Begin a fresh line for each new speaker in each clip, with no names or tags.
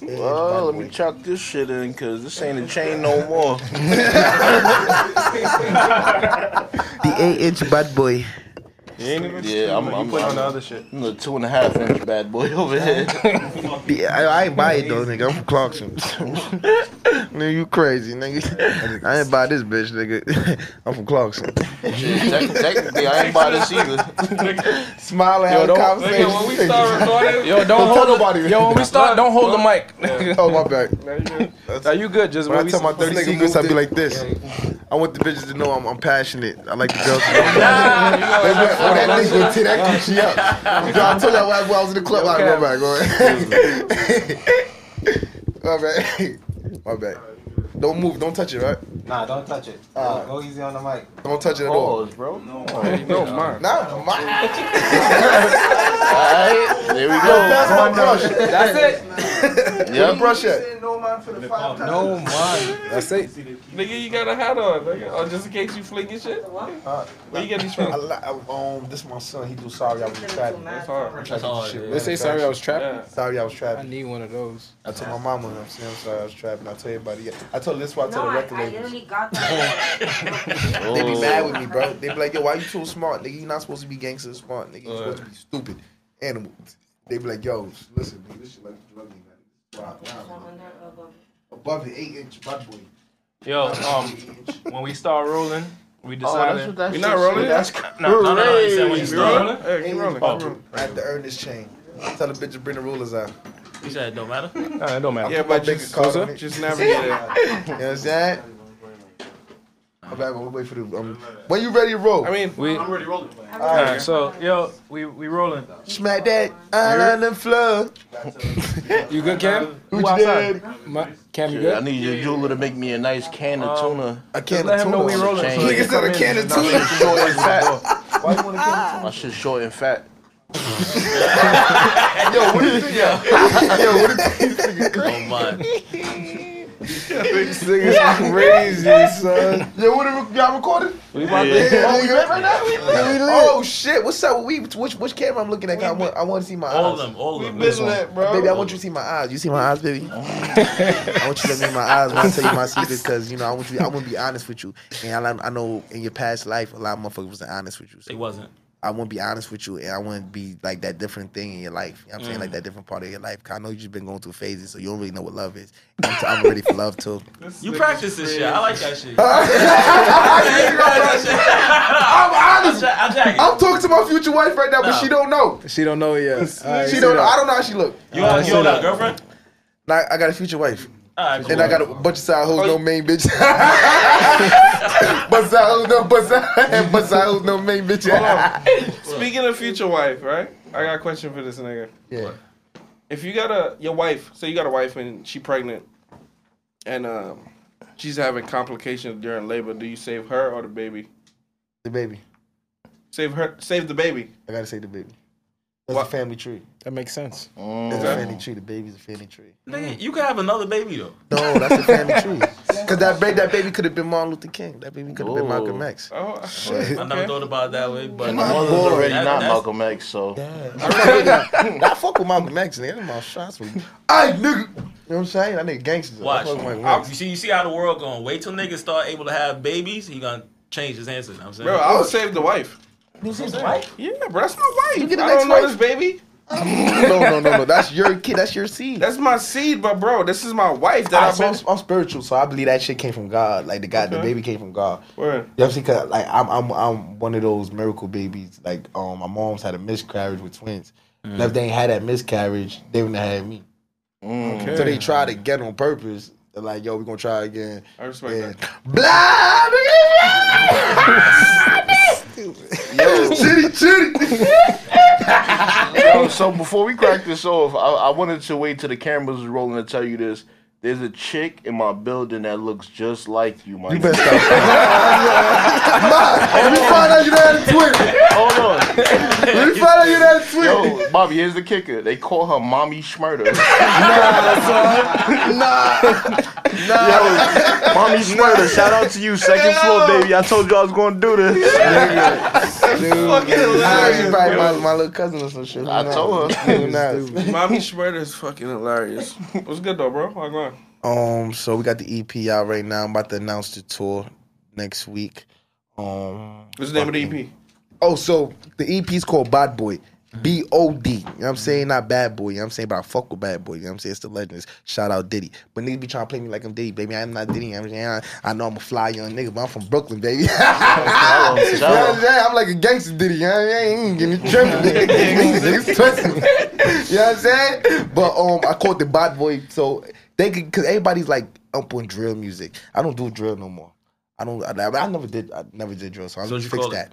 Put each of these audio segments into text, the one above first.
by the
Well, Uh, let me
way.
chuck this shit in, cause this ain't a chain no more.
The eight inch bad boy.
You ain't even
Yeah, I'm,
you
I'm,
put on the
I'm,
other shit.
I'm the two and a half inch bad boy over here.
The, I, I ain't buy it though, nigga. I'm from Clarkson. nigga, you crazy, nigga. I ain't buy this bitch, nigga. I'm from Clarkson.
Shit, tec- technically, I ain't buy this either.
Smiling,
Yo,
have a
don't-
conversation.
Nigga, when we start recording,
Yo, don't
Don't
hold
tell
it-
nobody.
Yo, when we start, don't hold the mic.
oh my bad.
Now you good.
That's-
Now you good. Just
When I
we
tell my dirty
supposed to-
secrets, I be like this. I want the bitches to know I'm, I'm passionate. I like the girls. To know. They be like, oh, that nigga gonna tear that coochie up. Yo, I told y'all when I was in the club. All right,
Okay.
go back, go back. My bad. My bad. Don't move. Don't touch it, right?
Nah, don't touch it.
Alright.
go easy on the mic.
Don't touch it at all.
Pause, bro. All
No, man.
Nah, my,
right, there we go.
that's my brush.
That's it.
That
Yep.
brush yet?
No man for the five
No, man. That's it. Nigga, you got a hat on, nigga. Oh, just in case you fling your shit. Where you get these
I
from?
li- I- um, this is my son. He do sorry I was trapping.
That's hard.
Try to get this
They
shit right.
Let's say sorry I was trapping.
Yeah.
Sorry I was
Oh, I
trapping.
need one of those.
I told my mama, I'm saying I'm sorry I was trapping. I told everybody. Yeah. I told this is why I
No,
told the
I,
record
I
labels.
literally got that.
They be
Oh.
mad with me, bro. They be like, yo, why you so smart? Nigga, you not supposed to be gangster smart, nigga. you supposed to be stupid. Animal. They be like, yo, listen, nigga, this shit like a drug nigga. Wow, wow, man. Above the eight inch butt boy.
Yo, um,
Eight inch.
when we start rolling, we
that's
We not rolling?
That's
No, no, no,
he said when you
You rolling? Hey,
Eight
keep
inch
rolling.
butt boy. I have to earn this chain. Tell the bitch to bring the rulers out.
You said it don't matter.
Nah, it don't matter.
Yeah, but just,
Call
Sousa,
it.
just navigate it.
You know what I'm saying? I'm back. We'll wait for the. Um, when you ready to roll?
I mean,
We, all
already rolling.
right, so yo, we we rolling.
Oh,
smack that out on the floor.
You good, Cam?
Who did?
My, Cam, you
Shit, I
good?
need your jeweler to make me a nice can of
Um,
tuna.
I can't
Let him know we rolling.
Chain.
so he
Nigga
can
said
come
a
in
can of
and-
My shit short and fat.
Why you want to get
My shit short and fat.
Yo, what do you think? Yo, what do you think?
Oh my.
This nigga's crazy, son. Yo, what are y'all recording?
we about
Yeah.
to.
Oh, we lit right now? Oh, shit. What's up? We, which, which camera I'm looking at? 'Cause I want, I want to see my
All
eyes.
of them. All of them.
This lit, bro.
Baby, I want you to see my eyes. You see my eyes, baby?
Oh.
I want you to look me in my eyes when I tell you my secret because, you know, I want you, I want to be honest with you. And I, I know in your past life, a lot of motherfuckers wasn't honest with you.
They
So
wasn't.
I want to be honest with you and I want to be like that different thing in your life. You know what I'm saying? Like
Mm.
that different part of your life. 'Cause I know you just been going through phases, so you don't really know what love is. And I'm, I'm ready for love, too.
You practice this shit. I like that shit. You practice that
I'm
shit. I jack it.
I'm talking to my future wife right now, but
Nah.
she don't know.
She don't know it yet.
She don't. know. I don't know how she look.
You all- you all got a girlfriend?
Like I got a future wife,
Alright, cool.
and I got a bunch of side hoes, no main bitch. but side hoes, no, but side, but side hoes, no main bitch.
Speaking of future wife, right? I got a question for this nigga.
Yeah.
If you got a your wife, say you got a wife and she pregnant, and um, she's having complications during labor, do you save her or the baby?
The baby.
Save her, save the baby.
I gotta say the baby. That's
What?
a family tree.
That makes sense.
That's
Okay.
a family tree. The baby's a family tree.
Nigga, you could have another baby though.
No, that's a family tree. Cause that baby, that baby could have been Martin Luther King. That baby could have been Malcolm
Ooh.
X.
Oh,
I never thought about it that way, but
My mother's already
That-
not
that's-
Malcolm X, so.
I fuck with Malcolm X, nigga. That's my shots with you. Ay, nigga. You know what I'm saying? That nigga gangsters. I
Watch.
fuck with Malcolm X.
You see, you see how the world going. Wait till niggas start able to have babies. He gonna change his answer. You know what I'm saying.
bro, I would save the wife. Yeah, bro, that's my wife. I don't know this baby.
no, no, no, no. That's your kid. That's your seed.
That's my seed, but bro, this is my wife that
I,
I've
Ah, so I'm,
been.
I'm spiritual, so I believe that shit came from God. Like the God, the
Okay.
baby came from God.
Word.
You know what I'm saying? 'Cause, like I'm, I'm, I'm one of those miracle babies. Like um, my mom's had a miscarriage with twins. And if they ain't had that miscarriage, they wouldn't have had me. So they tried again on purpose. They're like, yo, we gonna try again.
I respect
And
that.
blah, yo, chitty, chitty.
Yo, Oh, so before we crack this off, I, I wanted to wait till the cameras was rolling to tell you this. There's a chick in my building that looks just like you, my
You
nigga.
best stop. Ma, when you find out you done had a twin,
Hold on.
when you find out you done had a twin,
Yo, Bobby, here's the kicker. They call her Mommy Schmurder. nah, nah. Yo, Mommy Schmurder, shout out to you. Second floor, baby. I told you I was going to do this.
That's fucking
She's
hilarious.
probably
bro.
my, my little cousin or some shit.
I told her.
Who knows?
Mommy Schmurder is fucking hilarious. What's good though, bro? How going?
Um, so we got the EP out right now. I'm about to announce the tour next week. Um,
What's the E name of the EP?
oh, so the EP is called Bad Boy. B O D. You know what I'm saying? Not bad boy. You know what I'm saying? But I fuck with bad boy. You know what I'm saying? It's the legends. Shout out Diddy. But niggas be trying to play me like I'm Diddy, baby. I'm not Diddy. You know what I'm saying? I, I know I'm a fly young nigga, but I'm from Brooklyn, baby. You know what I'm saying? I'm like a gangster diddy. You know what I'm saying? You ain't getting tripping. Niggas twisting. You know what I'm saying? But um, I caught the bad boy. So they could, cause everybody's like up on drill music. I don't do drill no more. I don't. I, I never did. I never did drill. So I'm
So
gonna
what you
fix
call it?
that.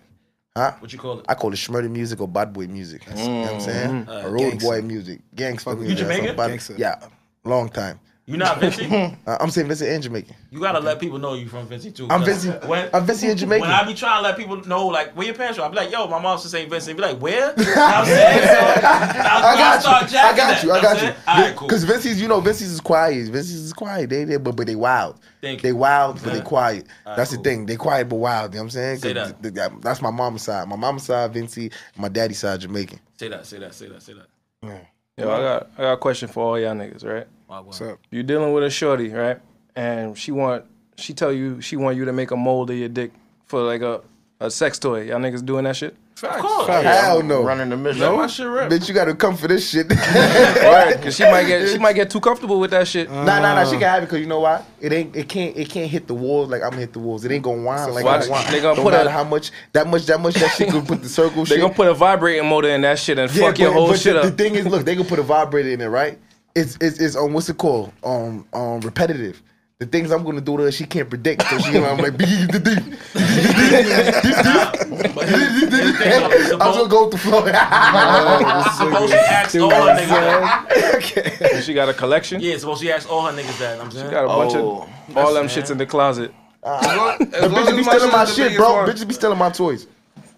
Huh?
What you call it?
I call it schmurdy music or bad boy music. That's, You know what I'm saying?
Uh,
Or road
gangsta.
boy music. Gangster
with
music.
you. You Jamaican?
Gangsta.
Yeah. Long time.
You not Vinci?
Uh, I'm saying Vincent and Jamaican.
You gotta let people know you from Vinci too.
I'm
'cause
Vinci.
When,
I'm Vincent and Jamaican.
when I be trying to let people know, like, where your parents from, I be like, yo, my mom's from St. Vincent. Be like, where? You know what I'm saying? So, I,
I got
start
you. I got
jacking that,
you. I
know what
got
I'm
you.
saying? All right, cool.
Because Vincey's, you know, Vincey's is quiet. Vincey's is quiet. They, they, but, but they wild.
Thank
They
you.
wild, but they
Yeah.
quiet.
All right,
that's
cool.
the thing. They quiet but wild. You know what I'm saying? 'Cause
Say that.
th- th- that's my mama's side. My mama's side, Vincey. My daddy's side, Jamaican.
Say that, say that, say that, say that.
Yo, I got I got a question for all y'all niggas, right?
Wow, wow.
So,
You dealing with a shorty, right? And she want she tell you she want you to make a mold of your dick for like a, a sex toy. Y'all niggas doing that shit?
Of course.
Hell no.
Running the mission.
My shit rap.
Bitch, you gotta come for this shit.
Right? Cause she might get she might get too comfortable with that shit.
Nah, nah, nah. She can have it because you know why? It ain't. It can't. It can't hit the walls like I'm gonna hit the walls. It ain't gonna whine like
Watch,
I whine.
they gonna
Don't
put a-
matter how much that much that much that shit gonna put the circle.
They
shit.
gonna put a vibrating motor in that shit and fuck your
but-
whole
but
shit
the, The
up.
thing is, look, they can put a vibrator in it, right? It's it's it's on what's it called? Um um repetitive. The things I'm gonna do to her, she can't predict. So she, I'm like,
But here's- here's the thing, though.
I'm gonna
Supposed-
go with the flow.
Supposed she asked all her niggas that.
And she got a collection.
Yeah, supposed she asked all her niggas that. know what I'm
She
saying.
got a bunch
Oh,
of all them shits in the closet.
As long- as long
Bitches
as
be
my
stealing my
shit's the
shit,
biggest
bro.
one.
Bitches be stealing my toys.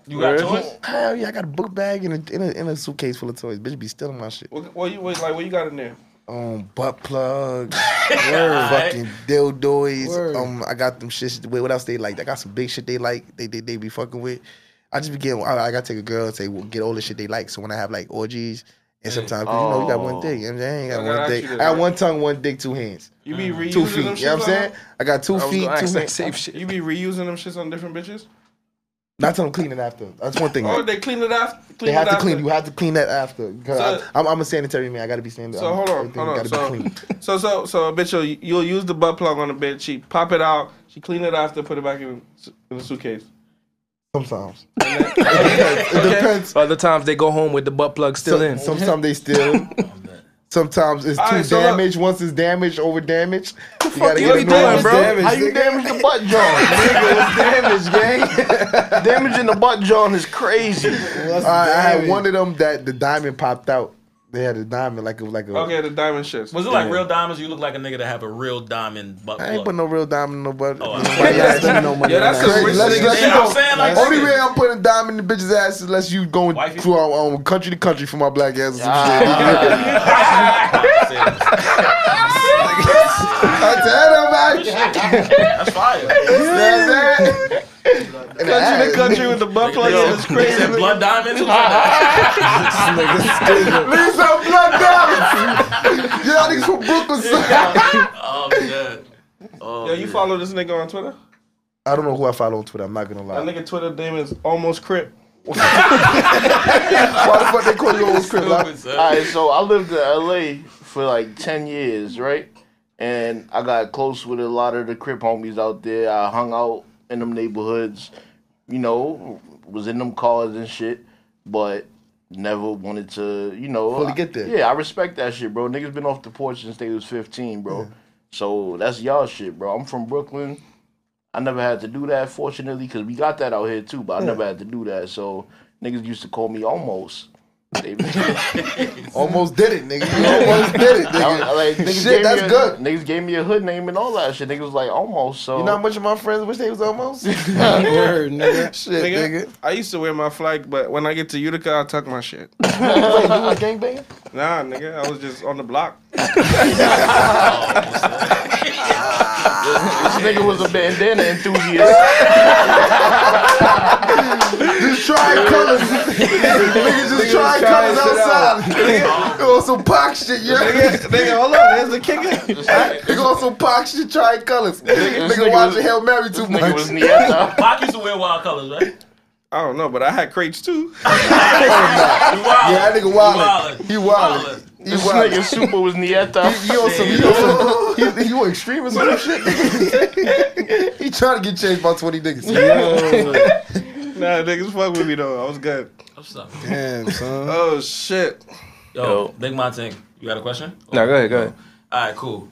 You got
Word.
toys?
Hell yeah, I got a book bag and a, and a, and a suitcase full of toys. Bitches be stealing my shit.
What, what you what, like? What you got in there?
Um, butt plugs,
Alright.
fucking dildoys.
Word.
Um, I got them shit. Wait, what else they like? I got some big shit they like. They they, they be fucking with. I just be getting. I, I gotta take a girl and say well, get all the shit they like. So when I have like orgies and sometimes 'cause you know you got one
Oh.
dick. You know what I'm saying? I got
I gotta
one
ask
dick.
you
I
this,
got
right?
one tongue, one dick, two hands,
You be reusing
Mm. two feet.
them shits.
You know what I'm
on
saying? I got two
I was
feet,
gonna ask
two
that
hands.
same
them?
shit.
You be reusing them shits on different bitches?
Not till I'm cleaning after. That's one thing.
Oh, they clean it after.
They
Clean it
have to
after.
clean. You have to clean that after. 'Cause
So-
I, am I'm a sanitary man. I gotta be sanitary.
So hold on,
Everything
hold on.
Gotta be
So,
clean.
so so so a bitch, you'll, you'll use the butt plug on the bitch. She pop it out. She clean it after, put it back in, in the suitcase.
Sometimes it depends.
Other times they go home with the butt plug still
Some-
in.
Sometimes they still. Sometimes it's too
All right, so look-
damaged. Once it's damaged, over damaged. You gotta
you
get
be
it right.
doing,
It's
bro?
damaged,
How you
nigga.
damage the butt jaw?
It's damaged, gang.
Damaging the butt jaw is crazy.
All right, I had one of them that the diamond popped out. They had a diamond like a like a.
Okay, the diamond shits.
Was it like real diamonds? You look like a nigga that have a real diamond butt
I ain't
plug.
put no real diamond in no butt.
Oh, I-
nobody ass.
no money
Yeah,
on
that's
that.
a rich
Let's-
nigga.
let's
shit.
yeah, I'm saying like
Only way
niggas.
I'm putting a diamond in the bitch's ass is unless you going
Wifey?
to um, um, country to country for my black ass. Or some shit.
Say that.
I tell them, man.
That's fire.
Country to country with the butt plug in is
They said
crazy.
blood diamonds. It was like that.
Leave some blood diamonds. Y'all niggas from Brooklyn. son.
Oh man. Oh,
Yo, you
yeah.
follow this nigga on Twitter?
I don't know who I follow on Twitter. I'm not gonna
That
lie.
nigga Twitter name is almost crip.
Why the fuck they call you old crib?
Stupid,
Like,
son.
All right, so I lived in LA for like 10 years, right? And I got close with a lot of the Crip homies out there. I hung out in them neighborhoods, you know, was in them cars and shit, but never wanted to, you know.
Fully get there.
Yeah, I respect that shit, bro. Niggas been off the porch since they was 15, bro. So that's y'all shit, bro. I'm from Brooklyn. I never had to do that, fortunately, because we got that out here too, but I never had to do that. So niggas used to call me almost. They-
almost did it, nigga. You almost did it,
I- I
nigga.
like, niggas
Shit,
gave
that's
me a,
good.
Niggas gave me a hood name and all that shit. Niggas was like almost so.
You know how much of my friends wish they was almost? Shit,
Word, nigga.
nigga.
Nigga, I used to wear my flag, but when I get to Utica, I tuck my shit.
Wait, you was gangbanger?
Nah, nigga, I was just on the block.
nigga was a bandana enthusiast.
Just try colors. Niggas just try
trying
colors
shit out.
outside. Nigga, on some pock shit, yeah.
Nigga, hold on. There's the kicker.
Nigga on some pock shit, try colors. Nigga,
this nigga
watching
was-
Hail Mary too
nigga was
much.
Neanderthal.
Pac used to wear wild colors, right?
I don't know, but I had crates too.
You wild.
Yeah, that nigga wildin'.
wildin'.
He
You
wildin'.
wildin'.
He
This
wildin'.
nigga super was Neanderthal.
He on some, he on some, he, he on extremist or some shit. he trying to get changed by 20 niggas.
Nah, niggas fuck with me though. I was good.
What's up?
Damn, son.
Oh shit.
Yo,
Yo.
Big Montaigne, you got a question?
No, go ahead, go ahead.
All right, cool.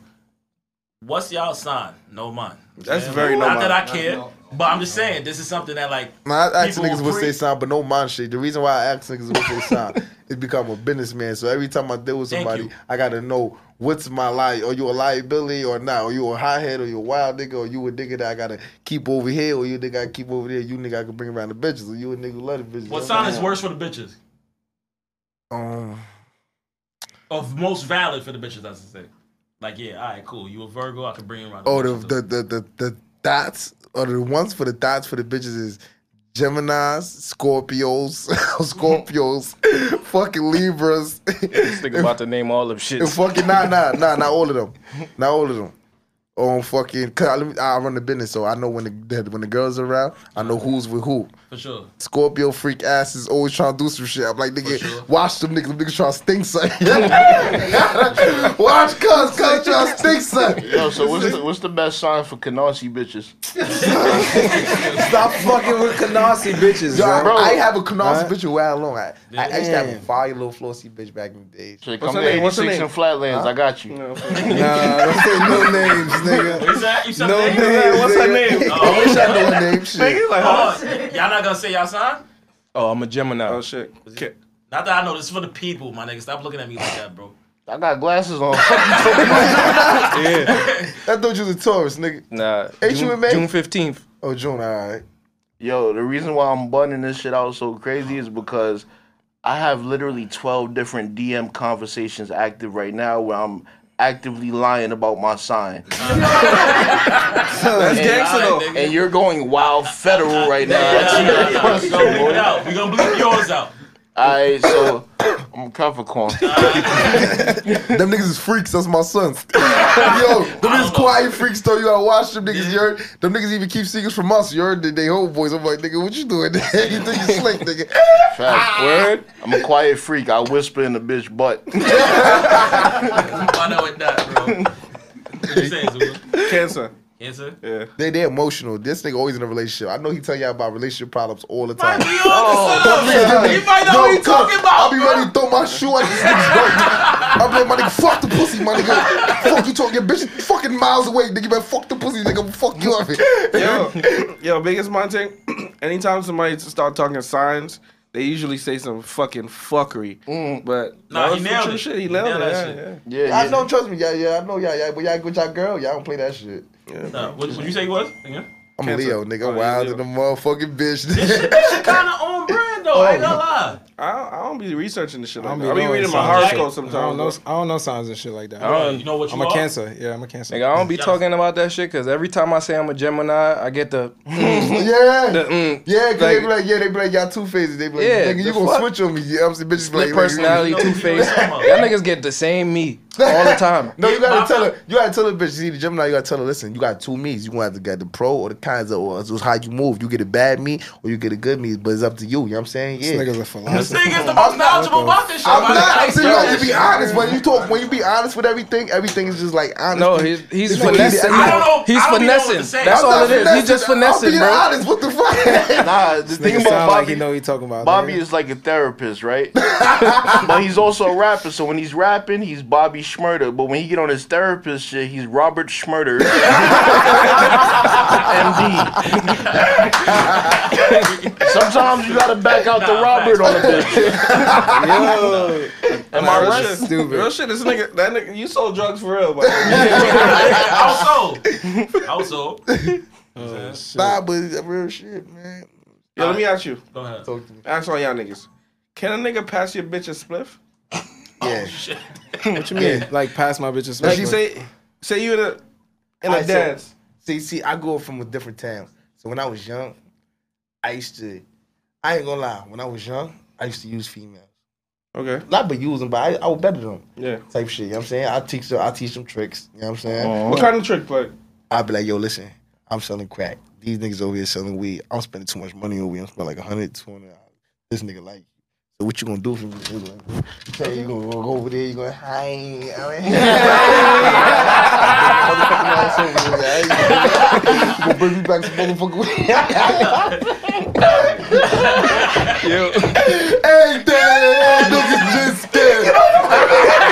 What's y'all sign? No mine.
That's very
Not
normal.
that I care, but I'm just saying this is something that like
Man, I ask
People
niggas what
pre-
they sign, but no mind shit. The reason why I ask niggas what they sign is because I'm a businessman. So every time I deal with
Thank
somebody,
you.
I gotta know what's my lie. Are you a liability or not? Are you a high head or you a wild nigga? Or you a nigga that I gotta keep over here? Or you a nigga I keep over there? You a nigga I can bring around the bitches? Or you a nigga who love the bitches?
what sign is worse for the bitches?
Um,
Of most valid for the bitches, I should say. Like, yeah, all right, cool. You a Virgo, I can bring you around.
oh, the
bitches,
the, the the the dots or the ones for the dots for the bitches is. Geminis, Scorpios, Scorpios, fucking Libras,
This nigga about to name all them shit.
And fucking nah, nah, nah, not all of them, not all of them. On fucking, cause I, let me- I run the business, so I know when the that when the girls are around, I know who's with who.
for sure.
Scorpio freak ass is always trying to do some shit. I'm like, nigga,
For sure.
watch them niggas. Them niggas trying to stink something. watch cuz, cuz trying to stink something.
Yo, so what's the, what's the best sign for Canarsie bitches?
Stop fucking with Kanasi bitches,
Yo, I,
bro.
I have a Canarsie bitch a while long. I, I
Damn.
actually have a fire little flossy bitch back in the days.
So
What's
come
her
to
name? What's her
86
name?
and Flatlands. I got you.
Nah, don't say no names, nigga.
Is that you said
No
that?
names.
What's her
nigga.
name?
I wish I knew her name. Shit.
Nigga, like, oh,
Oh, y'all not gonna say y'all sign?
Oh, I'm a Gemini.
oh shit. Okay.
Not that I know. This is for the people, my nigga. Stop looking at me like that, bro.
I got glasses on.
I thought you was a Taurus, nigga.
Nah.
Ain't you in
June,
May?
June 15th.
Oh, June, all right.
Yo, the reason why I'm bunning this shit out so crazy is because I have literally 12 different DM conversations active right now where I'm actively lying about my sign.
That's gangster
All
though.
right, nigga.
And you're going wild federal right now.
Yeah, yeah, yeah.
That's
We
your
gonna bleep it
boy.
out. We gonna bleep yours out.
Alright, so I'm Capricorn.
Them niggas is freaks. That's my sons. Yo, them niggas quiet freaks though. You gotta watch them niggas. You heard? Them niggas even keep secrets from us. You heard? They, they homeboys. I'm like, nigga, what you doing? you think you slick, nigga?
Ah.
Fact. I'm a quiet freak. I whisper in the bitch butt.
I know it not, bro. What you saying, Zulu?
Cancer.
Answer.
Yeah.
They they emotional. This nigga always in a relationship. I know he tell y'all about relationship problems all the time.
We on the
Nigga,
You might know
yo,
what he
cuz,
talking about,
I'll be ready to throw my shoe at this nigga's butt. I'll be like, my nigga, fuck the pussy, my nigga. fuck you talking, bitch, is fucking miles away, nigga. Man, fuck the pussy, nigga. Fuck you up.
Yo, yo, biggest Monte. Anytime somebody start talking signs, they usually say some fucking fuckery.
Mm.
But
Nah,
that was some
he nailed
true
it.
Shit. He
He
nailed,
nailed
it.
that
yeah,
shit.
yeah.
Yeah, yeah.
I know, trust me, yeah, yeah, I know, yeah, yeah. But y'all with y'all girl, y'all don't play that shit.
No, what would you say he was? Again?
I'm
Cancer.
Leo, nigga.
Oh,
I'm
you
wild
Leo.
in the motherfucking bitch.
Kind of on brand though. I ain't gonna lie.
I don't, I don't be researching this shit. Like
don't
that.
be
I be
knowing
reading my
signs.
horoscope
I don't
sometimes.
know.
though.
I don't know signs and shit like that.
You know what you
I'm a
are?
cancer. Yeah, I'm a cancer.
Nigga, I don't be talking about that shit because every time I say I'm a Gemini, I get the.
yeah.
the mm,
yeah, cause they
like-
be like, yeah, they be like, y'all two faces. They be like,
Yeah,
nigga, you
the
gonna
fuck?
switch on me. Yeah, I'm saying, bitches be like,
split
nigga,
personality,
you know-
two face.
you know-
Y'all niggas get the same me all the time.
No, you
My-
gotta tell her. You gotta tell her, bitch. See the Gemini. You gotta tell her. Listen, you got two me's. You gonna have to get the pro or the cons, or it's just how you move. You get a bad me or you get a good me, but it's up to you. You know what I'm saying?
This
Yeah.
nigga's a
This
philosopher.
nigga is the most knowledgeable about this shit.
I'm
my
not.
nigga.
I'm saying you have to be honest. When you talk, when you be honest with everything, everything is just like honest.
No, he's, he's
It's like he's-
finessing.
I
don't know-
He's
I don't even know what to
finessing.
say.
That's
I'm
all it is. He's just
I'm
finessing,
being
bro.
honest. What the fuck?
Nah, the thing
Nigga
about
sound like
Bobby,
he know what he talking about.
Bobby
nigga.
is like a therapist, right? but he's also a rapper. So when he's rapping, he's Bobby Schmurder. But when he get on his therapist shit, he's Robert Schmurder. MD. Sometimes you gotta back out the
Nah,
Robert on a
facts.
bitch. Am I
Real
right?
shit.
stupid.
Real shit. This nigga, that nigga, you sold drugs for real, but
Also, also,
Nah, but it's real shit, man.
yo, let me ask you.
go ahead.
Talk to me.
Ask all y'all niggas. Can a nigga pass your bitch a spliff?
Yeah.
what you mean? Like pass my bitches.
Like you say, say you in a in a
Alright, so-
dance.
See, see, I go from a different town. So when I was young, I used to. I ain't gonna lie. When I was young, I used to use females.
Okay.
Not but use them, but I, I would better them.
Yeah.
Type shit. You know what I'm saying? I teach them. I teach them tricks. You know what I'm saying?
What kind of trick play?
I'd be like, yo, listen, I'm selling crack. These niggas over here selling weed. I'm spending too much money over here. I'm spending like 100, 200. This nigga like you. So what you gonna do for me? He Like, "Hey, you gonna go over there? You gonna hi? You gonna bring me back some motherfucker weed? yo, hey, damn, niggas just scared.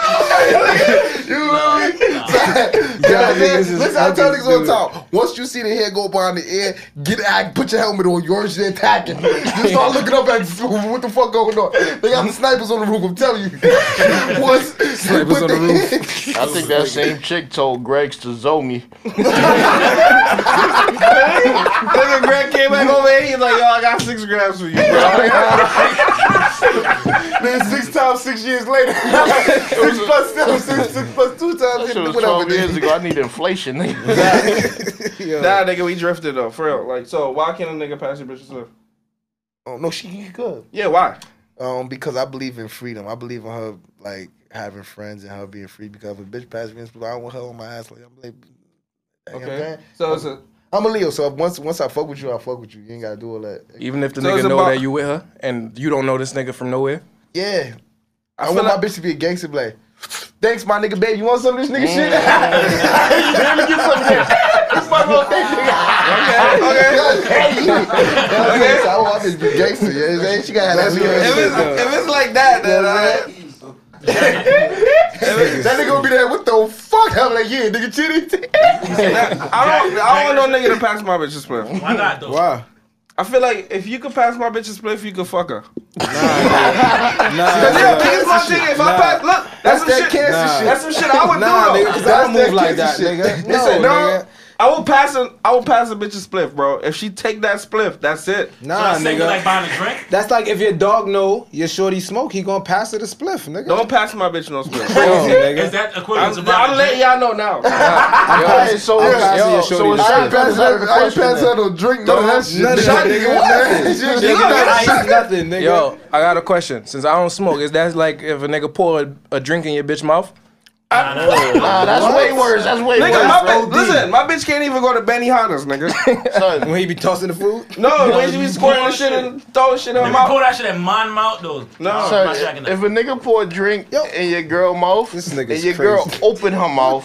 You know me?
Y'all
Yeah, man.
niggas is
Listen, I tell
fucking
niggas all the
stupid.
time. Once you see the hair go up on the air, get act, put your helmet on. You're actually attacking. Just start looking up at what the fuck going on. They got the snipers on the roof. I'm telling you. Once
Snipers on the roof.
I think that same chick told Greg's to Zomi.
Nigga, Greg came back over here. He's like, yo, I got six grams for you, bro.
man, six times, six years later, six plus seven, six, six plus two times,
That shit was 12 years ago. I need inflation. nigga.
Nah, nigga, we drifted though, for real. Like, so why can't a nigga pass your bitches up?
Oh, no, she good.
Yeah, why?
Um, because I believe in freedom. I believe in her like having friends and her being free. Because if a bitch passes me, I don't want her on my ass. Like I'm like, you know what I'm
Okay.
saying?
So it's a
I'm a Leo, so once once I fuck with you, I fuck with you. You ain't gotta do all that.
Even if the
So it's
nigga know
about-
that you with her and you don't know this nigga from nowhere.
Yeah. I,
feel
want
like-
my bitch to be a gangster be like, Thanks, my nigga, babe. You want some of this nigga shit? Let me get some of that. This my little thing, nigga. Okay, okay. okay. So I want my bitch to be gangster. You know what I'm saying? She gotta have that
if
Leo.
it's, if it's like that, then I,
That nigga gonna be there. What the fuck? I'm like, yeah, nigga, chitty.
I don't I don't want no nigga to pass my bitches play.
Why not though?
Wow.
I feel like if you could pass my bitches play, if you could fuck her.
Nah,
Yeah, niggas my nigga. If I pass, look, that's, some
that
shit.
cancer
Nah.
shit.
That's some shit I would
nah,
do
nigga,
though.
'cause I
That's
don't move
that
like that,
gangster
nigga. No,
Listen, no,
nigga.
I will pass a I will pass a bitch a spliff, bro. If she take that spliff, that's it.
Nah,
Same with, like
nigga.
buying a drink.
That's like if your dog know your shorty smoke, he gonna pass it a spliff, nigga.
Don't pass my bitch no spliff.
Crazy,
Is
nigga.
that equivalent
I'm,
to buying
I'm
a
letting
drink?
y'all know now.
Alright, so,
I'm passing
yo,
your
so
shorty
it's
the
I
shot
ain't pass
I have
her,
a
I ain't
question
pass
then.
her no drink, none of that shit.
None of that, nigga. What?
She ain't
Nigga,
got
not
shit.
ice, nothing, nigga.
Yo, I got a question. Since I don't smoke, is that like if a nigga pour a, a drink in your bitch mouth?
Nah, that's way worse. That's way
nigga, my
worse. bro.
bitch, listen, my bitch can't even go to Benny Hanna's, nigga.
Son,
When he be tossing the food?
No, when she be squirting the shit and throwing shit in her
If you
mouth.
pour that shit at Mon Mount though,
No.
I'm
son,
not jacking that.
if a nigga pour a drink in your girl mouth
This
and
nigga's
your girl
crazy.
open her mouth,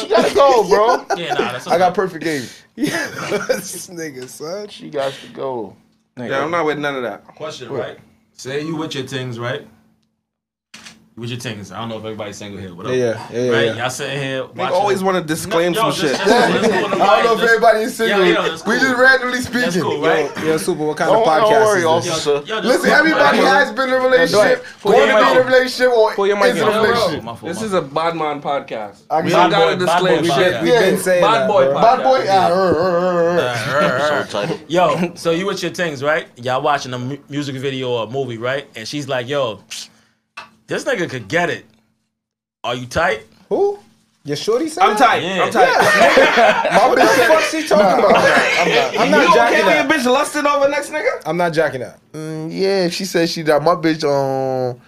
she gotta go, bro.
Yeah, nah, that's
I
okay.
got perfect game. this nigga, son.
She got to go.
Yeah, I'm not with none of that.
Question, right? Say you with your things, right? You With your things. I don't know if everybody's single here. Whatever.
Yeah, yeah, yeah.
Right?
yeah.
Y'all sitting here. Watching
Nigga always want to
No,
disclaim some
yo, just-
shit.
just- let's go on the
I don't
mic.
know if
Let's-
everybody is single.
Yeah, yeah, that's
We
cool.
just randomly speaking.
That's cool, right?
Yo, Super, what kind
Don't,
of podcast
don't worry,
is this?
officer.
Yo, just-
Listen, everybody has been in a relationship,
Pull your
going to
mic
be in a
up.
relationship, or
Pull your mic
is in
up.
a
Yo,
relationship.
my fault,
This
my
is a Bodman podcast.
I
We
got
don't
it.
gotta
Bad
disclaim
boy, bad boy
shit.
podcast.
We've been saying
Bad
that,
boy
bro.
podcast.
Bad boy, ah, er, er, er, er.
fault.
Title.
Yo, so you with your things, right? Y'all watching a mu- music video or a movie, right? And she's like, "Yo, this nigga could get it." Are you tight?
Who? Your shorty said
I'm
that?
tight.
Yeah.
I'm tight.
What the fuck she talking about? I'm
You
not
okay
jacking
with your
that.
bitch lusting over next nigga?
I'm not jacking that.
Mm, Yeah, she said she died. My bitch um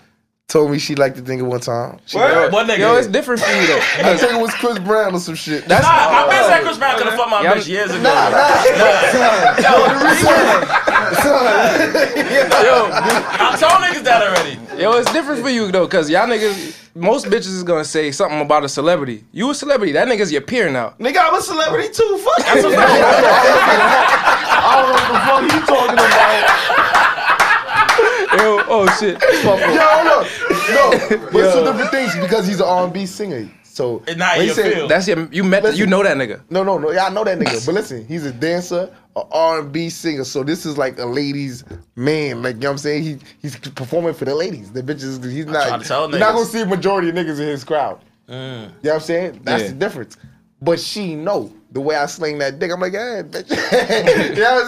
told me she liked the thing at one time. She
Word?
What nigga?
Yo, it's different for you though.
I think it was Chris Brown or some shit.
nah,
That's
my best said Chris Brown could have fucked my
Yeah,
bitch years ago. I told niggas that already.
Yo, it's different for you though, cause y'all niggas, most bitches is gonna say something about a celebrity. You a celebrity, that nigga's your peer now.
Nigga, I'm a celebrity too. Fuck. That's a
I don't know what the fuck you talking about.
Yo, oh shit.
yo, no, no. But it's two different things because he's an R&B singer. So
And not
when
in
he
your
said-
field.
That's your, you met, you know that nigga.
No, no, no. Yeah, I know that nigga. But listen, he's a dancer, a R&B singer. So this is like a ladies' man. Like you know what I'm saying? He he's performing for the ladies. The bitches. He's
trying
not.
to tell
you're not
niggas.
gonna see a majority of niggas in his crowd. You know what I'm saying? That's
Yeah.
the difference. But she know the way I sling that dick. I'm like, yeah, bitch. you know what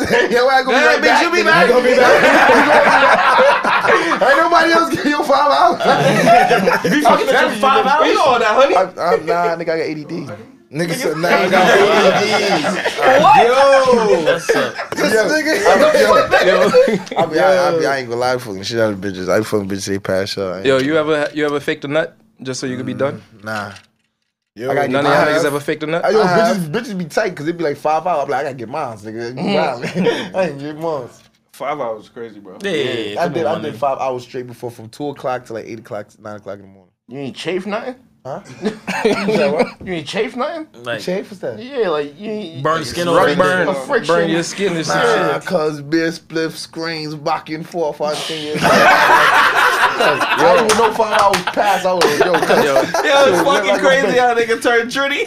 I'm saying? Yeah, well, I gonna be
Yeah,
right
bitch, you be
nigga.
back.
You gonna be back. Ain't nobody else give you five hours.
you fucking took five hours?
You
You know all that, honey.
I, I'm, nah, nigga, I got ADD. Nigga said, nah, I got ADD.
What?
Yo.
That's up.
This
nigga.
Yo. I, be, I, I, be, I ain't gonna lie, I fucking shit out of bitches. I fucking bitch say pass out. I ain't-
Yo, you ever you ever faked a nut just so you could be done?
Nah.
I got none of y'all niggas ever faked a nut.
I, Mm. yo, bitches, bitches be tight because it be like five hours. I'm like, I gotta get mine, nigga.
Mm.
I ain't get mine.
Five hours is crazy, bro.
I did. I did five hours straight before, from two o'clock to like eight o'clock, nine o'clock in the morning.
You ain't chafe nothing?
Huh?
you said what? You ain't chafe nothing?
Like,
Chafe is that?
Yeah, like you ain't
Burn
like,
skin
it's
off
right
your
a
dick.
friction.
burn your skin and
Nah,
shit.
Ah, cause beer spliff screams back and forth. I think it's. I don't even know five hours passed. I was yo, cause,
Yo,
Yo, it's
Dude,
fucking
like a
crazy how they can turn Trinity.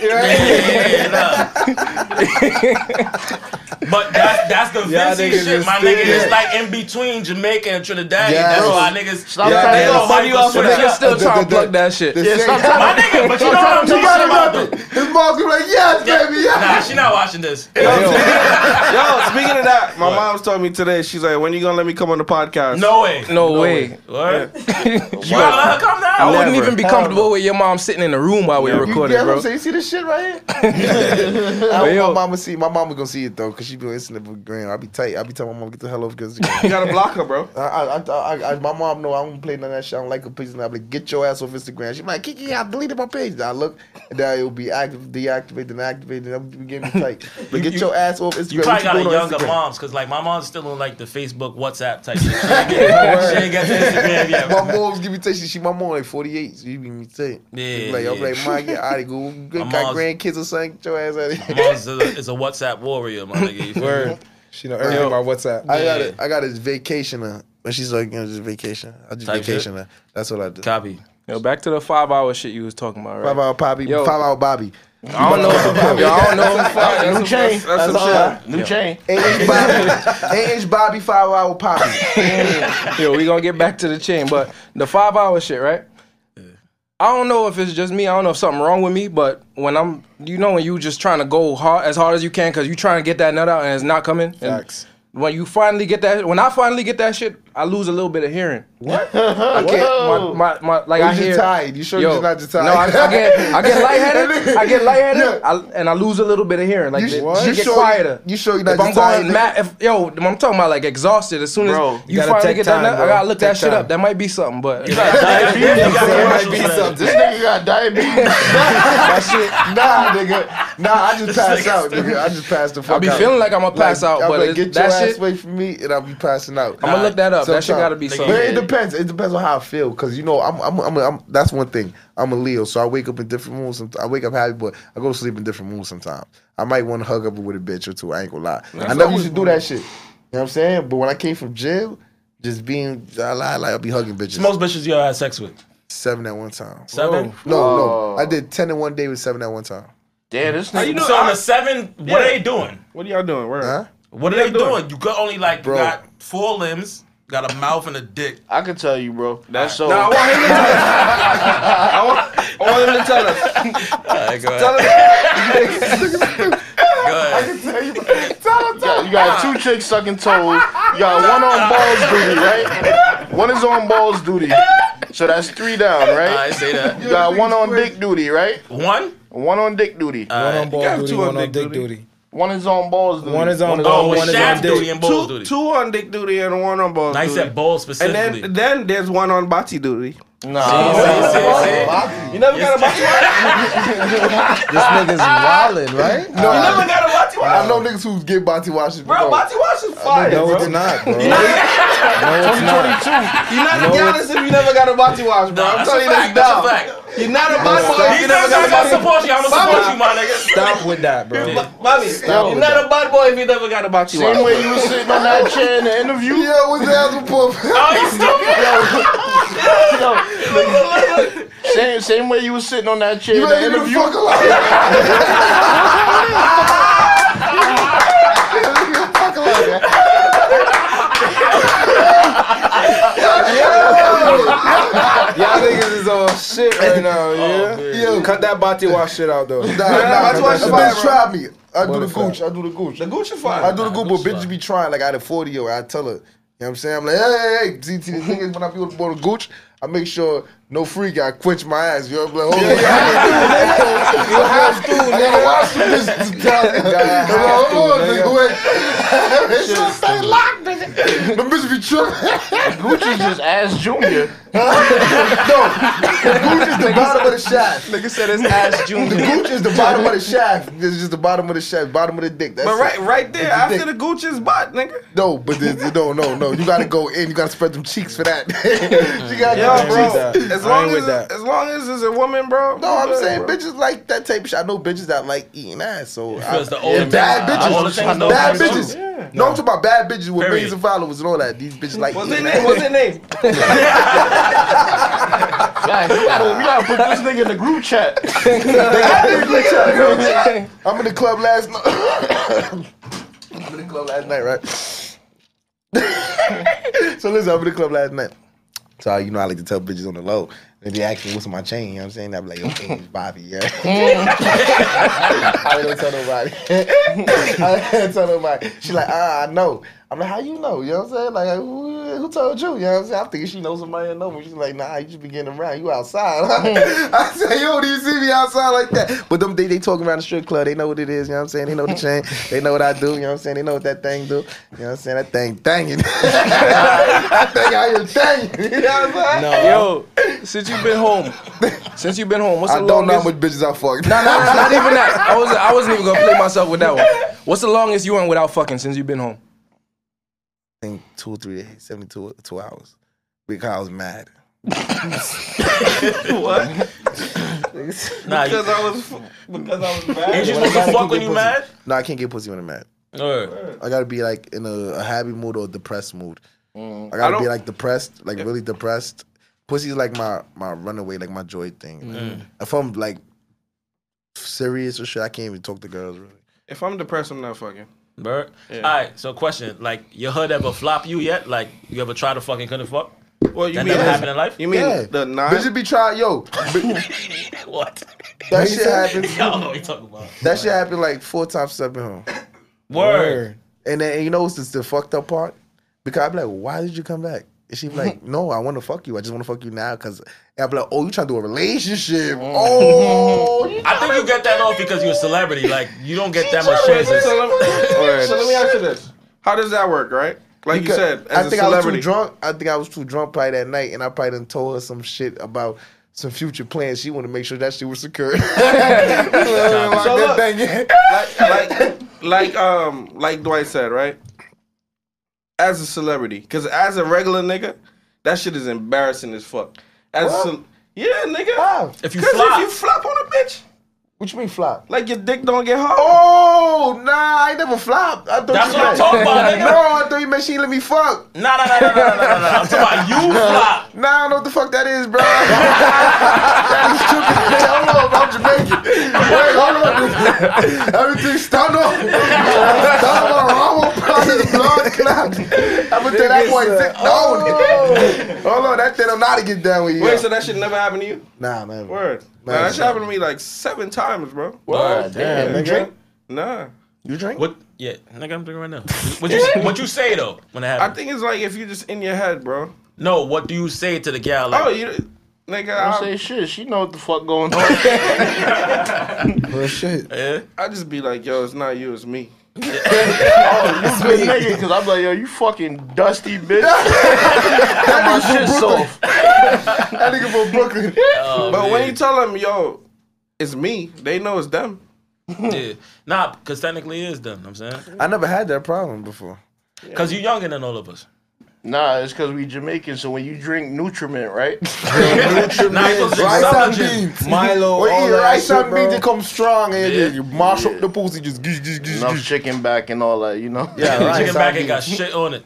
But that's that's the
Y'all
Vinci
niggas
shit,
is
my nigga.
still-
It's like in between Jamaica and Trinidad.
Yeah.
That's
Bro.
why niggas.
Stop
Yeah,
trying
they
to
gonna
hype
hype
us
us
up.
up.
Niggas still
The-
trying
the-
to plug that shit.
the
Yeah,
same-
stop
My
trying to.
nigga, but you
I'm
know what I'm
trying to
talking
tell you
about.
about
though.
it. His mom's gonna be like, yes, baby,
Nah,
yes.
she not watching this.
Yo, speaking of that, my mom's told me today. She's like, "When you gonna let me come on the podcast?"
No way.
No, way.
What? You gotta let her come
I
down.
wouldn't
Never.
even be comfortable with your mom sitting in the room while we were
You,
recording,
get what I'm
bro.
saying? You see this shit right here? I hope
yo.
my mama see. My mama gonna see it though, cause she be on Instagram. Gram. I be tight. I be telling my mom get the hell off because
you
I,
gotta block her, bro.
I, I, I, I, my mom know I don't play none of that shit. I don't like her pictures. and I'm like, get your ass off Instagram. She be like, Kiki, I deleted my page. I look, and then it'll be active, deactivated, and activated. I'm getting tight. But get
you-
your ass off Instagram.
You
What
probably got a
doing on
younger
Instagram?
moms, cause like my mom's still on like the Facebook, WhatsApp type. shit. She ain't get- she ain't got to Instagram yet.
My mom's give me taste. She, she my mom like 48. She give me taste.
Yeah,
Yeah, like, I'm
yeah.
like, mom, get out of go.
My
Got
mom's-
grandkids or something. Get your ass out of
My
here.
mom's is a, is a WhatsApp warrior, my nigga. You feel me?
Word. She know everything
Yo.
about WhatsApp.
I got it. I got his vacationer. But she's like, you know, just vacation. I just
Type
vacation her. That's what I do.
Copy.
Yo, back to the five hour shit you was talking about, right?
Five hour Bobby.
Yo.
Five hour Bobby.
I don't know. Yo, I don't know.
New chain.
That's some
That's all
shit.
right.
New chain.
Eight inch Bobby. Eight inch Bobby. Five hour Bobby.
Yo, we gonna get back to the chain, but the five hour shit, right? I don't know if it's just me. I don't know if something wrong with me, but when I'm, you know, when you just trying to go hard as hard as you can because you trying to get that nut out and it's not coming. and
Facts.
When you finally get that, when I finally get that shit, I lose a little bit of hearing.
I can't.
My, my, my, like I
Oh. you
hear.
just tired. You sure
Yo,
you're not just tired?
No, I, I get, I get lightheaded. I get lightheaded, I, and I lose a little bit of hearing. Like
You
the-
sh-
shit
you
get
sure-
quieter.
you sure you're
If
not
I'm
just tired,
going
nigga?
mad, if, yo, I'm talking about like exhausted. As soon as
Bro,
you,
you gotta
finally
take
get
time,
that, nut, I
bro.
gotta look that
Take
shit
time.
up. That might be something, but
You got commercials for that.
This nigga got diabetes.
that shit. Nah, nigga. Nah, I just passed out, nigga. I just passed the fuck
I be
out.
feeling like I'm gonna pass out,
I'm
but
like,
it-
get your
that
ass
shit,
away from me, and I'll be passing out.
I'm gonna look that up. That shit
Sometime.
gotta be
Nigga,
something.
But it
Yeah.
depends. It depends on how I feel, cause you know I'm I'm I'm, I'm, that's one thing. I'm a Leo, so I wake up in different moods. somet- I wake up happy, but I go to sleep in different moods sometimes. I might want to hug up with a bitch or two. I ain't gonna lie. I never used to do that shit. You know what I'm saying? But when I came from jail, just being I lie like I'll be hugging bitches.
Most bitches you ever had sex with.
Seven at one time.
Seven.
No,
Oh.
no, I did ten in one day with seven at one time.
Damn, this
you
nigga.
know-
So on the seven, what are they doing?
What are y'all doing? Where?
Huh?
What are they doing? You got only like
Bro.
got four limbs, got a mouth and a dick.
I can tell you, bro. That's so.
Nah, I want him to tell us. I want, I want him to tell us.
go ahead.
Yeah, you got two chicks sucking toes. You got one on balls duty, right? One is on balls duty. So that's three down,
I
right?
say that.
You got one on dick duty, right?
One.
One on dick duty.
One on
got
ball duty,
two on
one on
dick
dick
duty.
duty.
One is on balls duty.
One is on
Oh,
ball,
with
one is on
shaft duty
dick.
and balls
Two,
duty.
two on dick duty and one on balls.
And I
duty.
said balls
And
specifically.
then then there's one on bati duty.
See, see, see, see?
You never got a bati one.
This nigga's wildin', right?
No,
You
I,
never got a bati one.
I know niggas who get body washes.
Bro, bati wash is fire,
No,
bro.
it's not, bro. no, it's not.
You're not a goddess if you never got a bati wash, bro.
Nah,
I'm
that's
telling
a
you that's
fact. That's a
dumb.
fact.
You're not a bati wash if you
These
never
niggas
got a
gonna
bati
support you. I'm gonna support you, my nigga.
Stop with that, bro.
Yeah.
Mommy, you're not a bad boy if you never got a bati wash.
Same way you was sitting on that chair in the interview.
Yo, what's the ass report?
Oh, you stupid.
Same, same way you was sitting on that chair
You
in the
ain't even
interview.
fuck alive. You ain't even fuck alive, man.
Y'all niggas is on shit right
Oh,
now, yeah? Yo, cut that body wash shit out, though.
Nah, nah,
that's why
that's
she
why
bad,
try me. I do the
Butterfly.
gooch. I do the gooch.
The Gucci fire.
I do the gooch, but bitches be trying. Like I had a forty year, I tell her. You know what I'm saying? I'm like, hey, hey, hey. See, see the thing is, when I be with the boy Gooch, I make sure no free guy quench my ass. You know what I'm like, hold on. You have to, nigga. I gotta watch this talent, guy. Hold on, nigga. Wait. It's gonna stay locked, nigga. The bitch be tripping.
Gucci just asked Junior.
no, Gooch is the bottom of the shaft.
Nigga said his ass
The
junior.
Gooch is the bottom of the shaft. It's just the bottom of the shaft, bottom of the dick. That's
But right,
it.
right there
It's
after
dick.
the Gucci's butt, nigga.
No, but the, the- no, no, no. You gotta go in. You gotta spread them cheeks for that. you gotta
Yo,
go
bro.
cheeks.
As long as as long as it's a woman, bro.
No, I'm
good,
saying
bro.
bitches like that type of shit. I know bitches that like eating ass. So I,
Because the old
and bad
man- all the
bitches,
things
bad
those men do.
bitches. No, I'm talking about bad bitches with
Period.
millions of followers and all that. These bitches like
What's his
eating
name?
ass.
What's his name?
Guys, we gotta, we gotta put this nigga in the group chat.
I'm in the club last night. I'm in the club last night, right? so listen, I'm in the club last night. So you know I like to tell bitches on the low. If they ask me what's on my chain, you know what I'm saying? I'm like, your chain is Bobby, yeah. I don't tell nobody. I don't tell nobody. She like, ah, I know. I'm like, how you know? You know what I'm saying? Like, who, who told you? You know what I'm saying? I'm thinking she knows somebody that know me. She's like, nah, you just be getting around. You outside. I say, yo, do you see me outside like that? But them, they, they talking around the strip club. They know what it is. You know what I'm saying? They know the chain. They know what I do. You know what I'm saying? They know what that thing do. You know what I'm saying? That thing thanging. that thing out here thanging. You know what I'm saying?
Yo, since you've been home, since you've been home, what's
I
the
don't know how
longest?
much bitches I fucked.
No, no, no, not even that. I wasn't, I wasn't even gonna play myself with that one. What's the longest you went without fucking since you've been home?
think two or three days, 72 two hours. Because I was mad.
Nah, you,
Because I was because I was
ain't
bad.
you supposed to fuck when you mad?
No, I can't get pussy when I'm mad.
Alright.
I gotta be like in a, a happy mood or a depressed mood. I
I
gotta
don't-
be like depressed, like really depressed. Pussy's like my my runaway, like my joy thing. Like, If I'm like serious or shit, I can't even talk to girls really.
If I'm depressed, I'm not fucking.
Bird. All right. So, question: Like, your hood ever flop you yet? Like, you ever try to fucking couldn't fuck?
Well, you
That
mean
never happened in life.
You mean
Yeah.
the non?
Bitches be trying, yo. bi-
what?
that shit happens.
I don't know what you're talking about.
That shit happened like four times since I've been home.
Word.
And then and you know what's the, the fucked up part? Because I'm like, why did you come back? And she be like, no, I want to fuck you. I just want to fuck you now. Cause I'm like, oh, you trying to do a relationship? Oh, you
Mm. I think you get that off because you're a celebrity. Like, you don't get that much
Wait, so,
chances.
so let, so let me ask you this: How does that work, right? Like you
Because
said,
I
as
think
a
I was
celebrity.
too drunk. I think I was too drunk probably that night, and I probably done told her some shit about some future plans. She wanted to make sure that she was secure. Lock that
look-
thing in.
like, like, like, um, like Dwight said, right? As a celebrity, because as a regular nigga, that shit is embarrassing as fuck. As a cel- yeah, nigga,
Wow.
If you
because if
flop,
you flop on a bitch,
What you mean flop?
like your dick don't get hard.
Oh nah, I ain't never flopped. I thought
That's
you
what I'm
meant-
talking about, nigga.
No, I thought you meant she ain't let me fuck.
nah, nah, nah, nah, nah, nah, nah, nah. I'm talking about you flop.
Nah, I don't know what the fuck that is, bro. that is tripping. Hold on, I'm Jamaican. Wait, hold on. Everything stand up. Stand up, Ramo, probably blood clot. Everything that boy sit down. Hold on, that thing I'm not to get down with you.
Wait, so that shit never happened to you?
nah, man.
Word. Nah,
Man.
that shit happened to me like seven times, bro.
Wow, damn.
You drink?
Nah.
You drink?
What? Yeah, nigga, I'm drinking right now. What you What you say though when it
I
happens?
think it's like if you just in your head, bro.
no. What do you say to the gal? Like,
Oh, you, nigga,
Don't
Um,
I,
say shit. She know what the fuck going on.
Well, shit.
eh?
I just be like, yo, it's not you, it's me.
Good nigga, because I'm like, yo, you fucking dusty bitch. Got my shit soft.
That nigga from Brooklyn.
Oh,
But when
man.
you tell them, yo, it's me, they know it's them.
Yeah. Nah, because technically it is done. I'm saying
I never had that problem before.
because you're younger than all of us.
Nah, it's because we Jamaican, so when you drink Nutriment, right?
Nah, you're supposed to drink
Rice and
something.
beans.
Milo,
Well,
all
eat
that
rice
shit,
and
bro.
beans, they come strong and
Yeah.
you, you mash up the pussy, just gish, gish, gish,
Enough
gish.
chicken back and all that, you know?
Yeah, right.
Chicken back ain't got shit on it.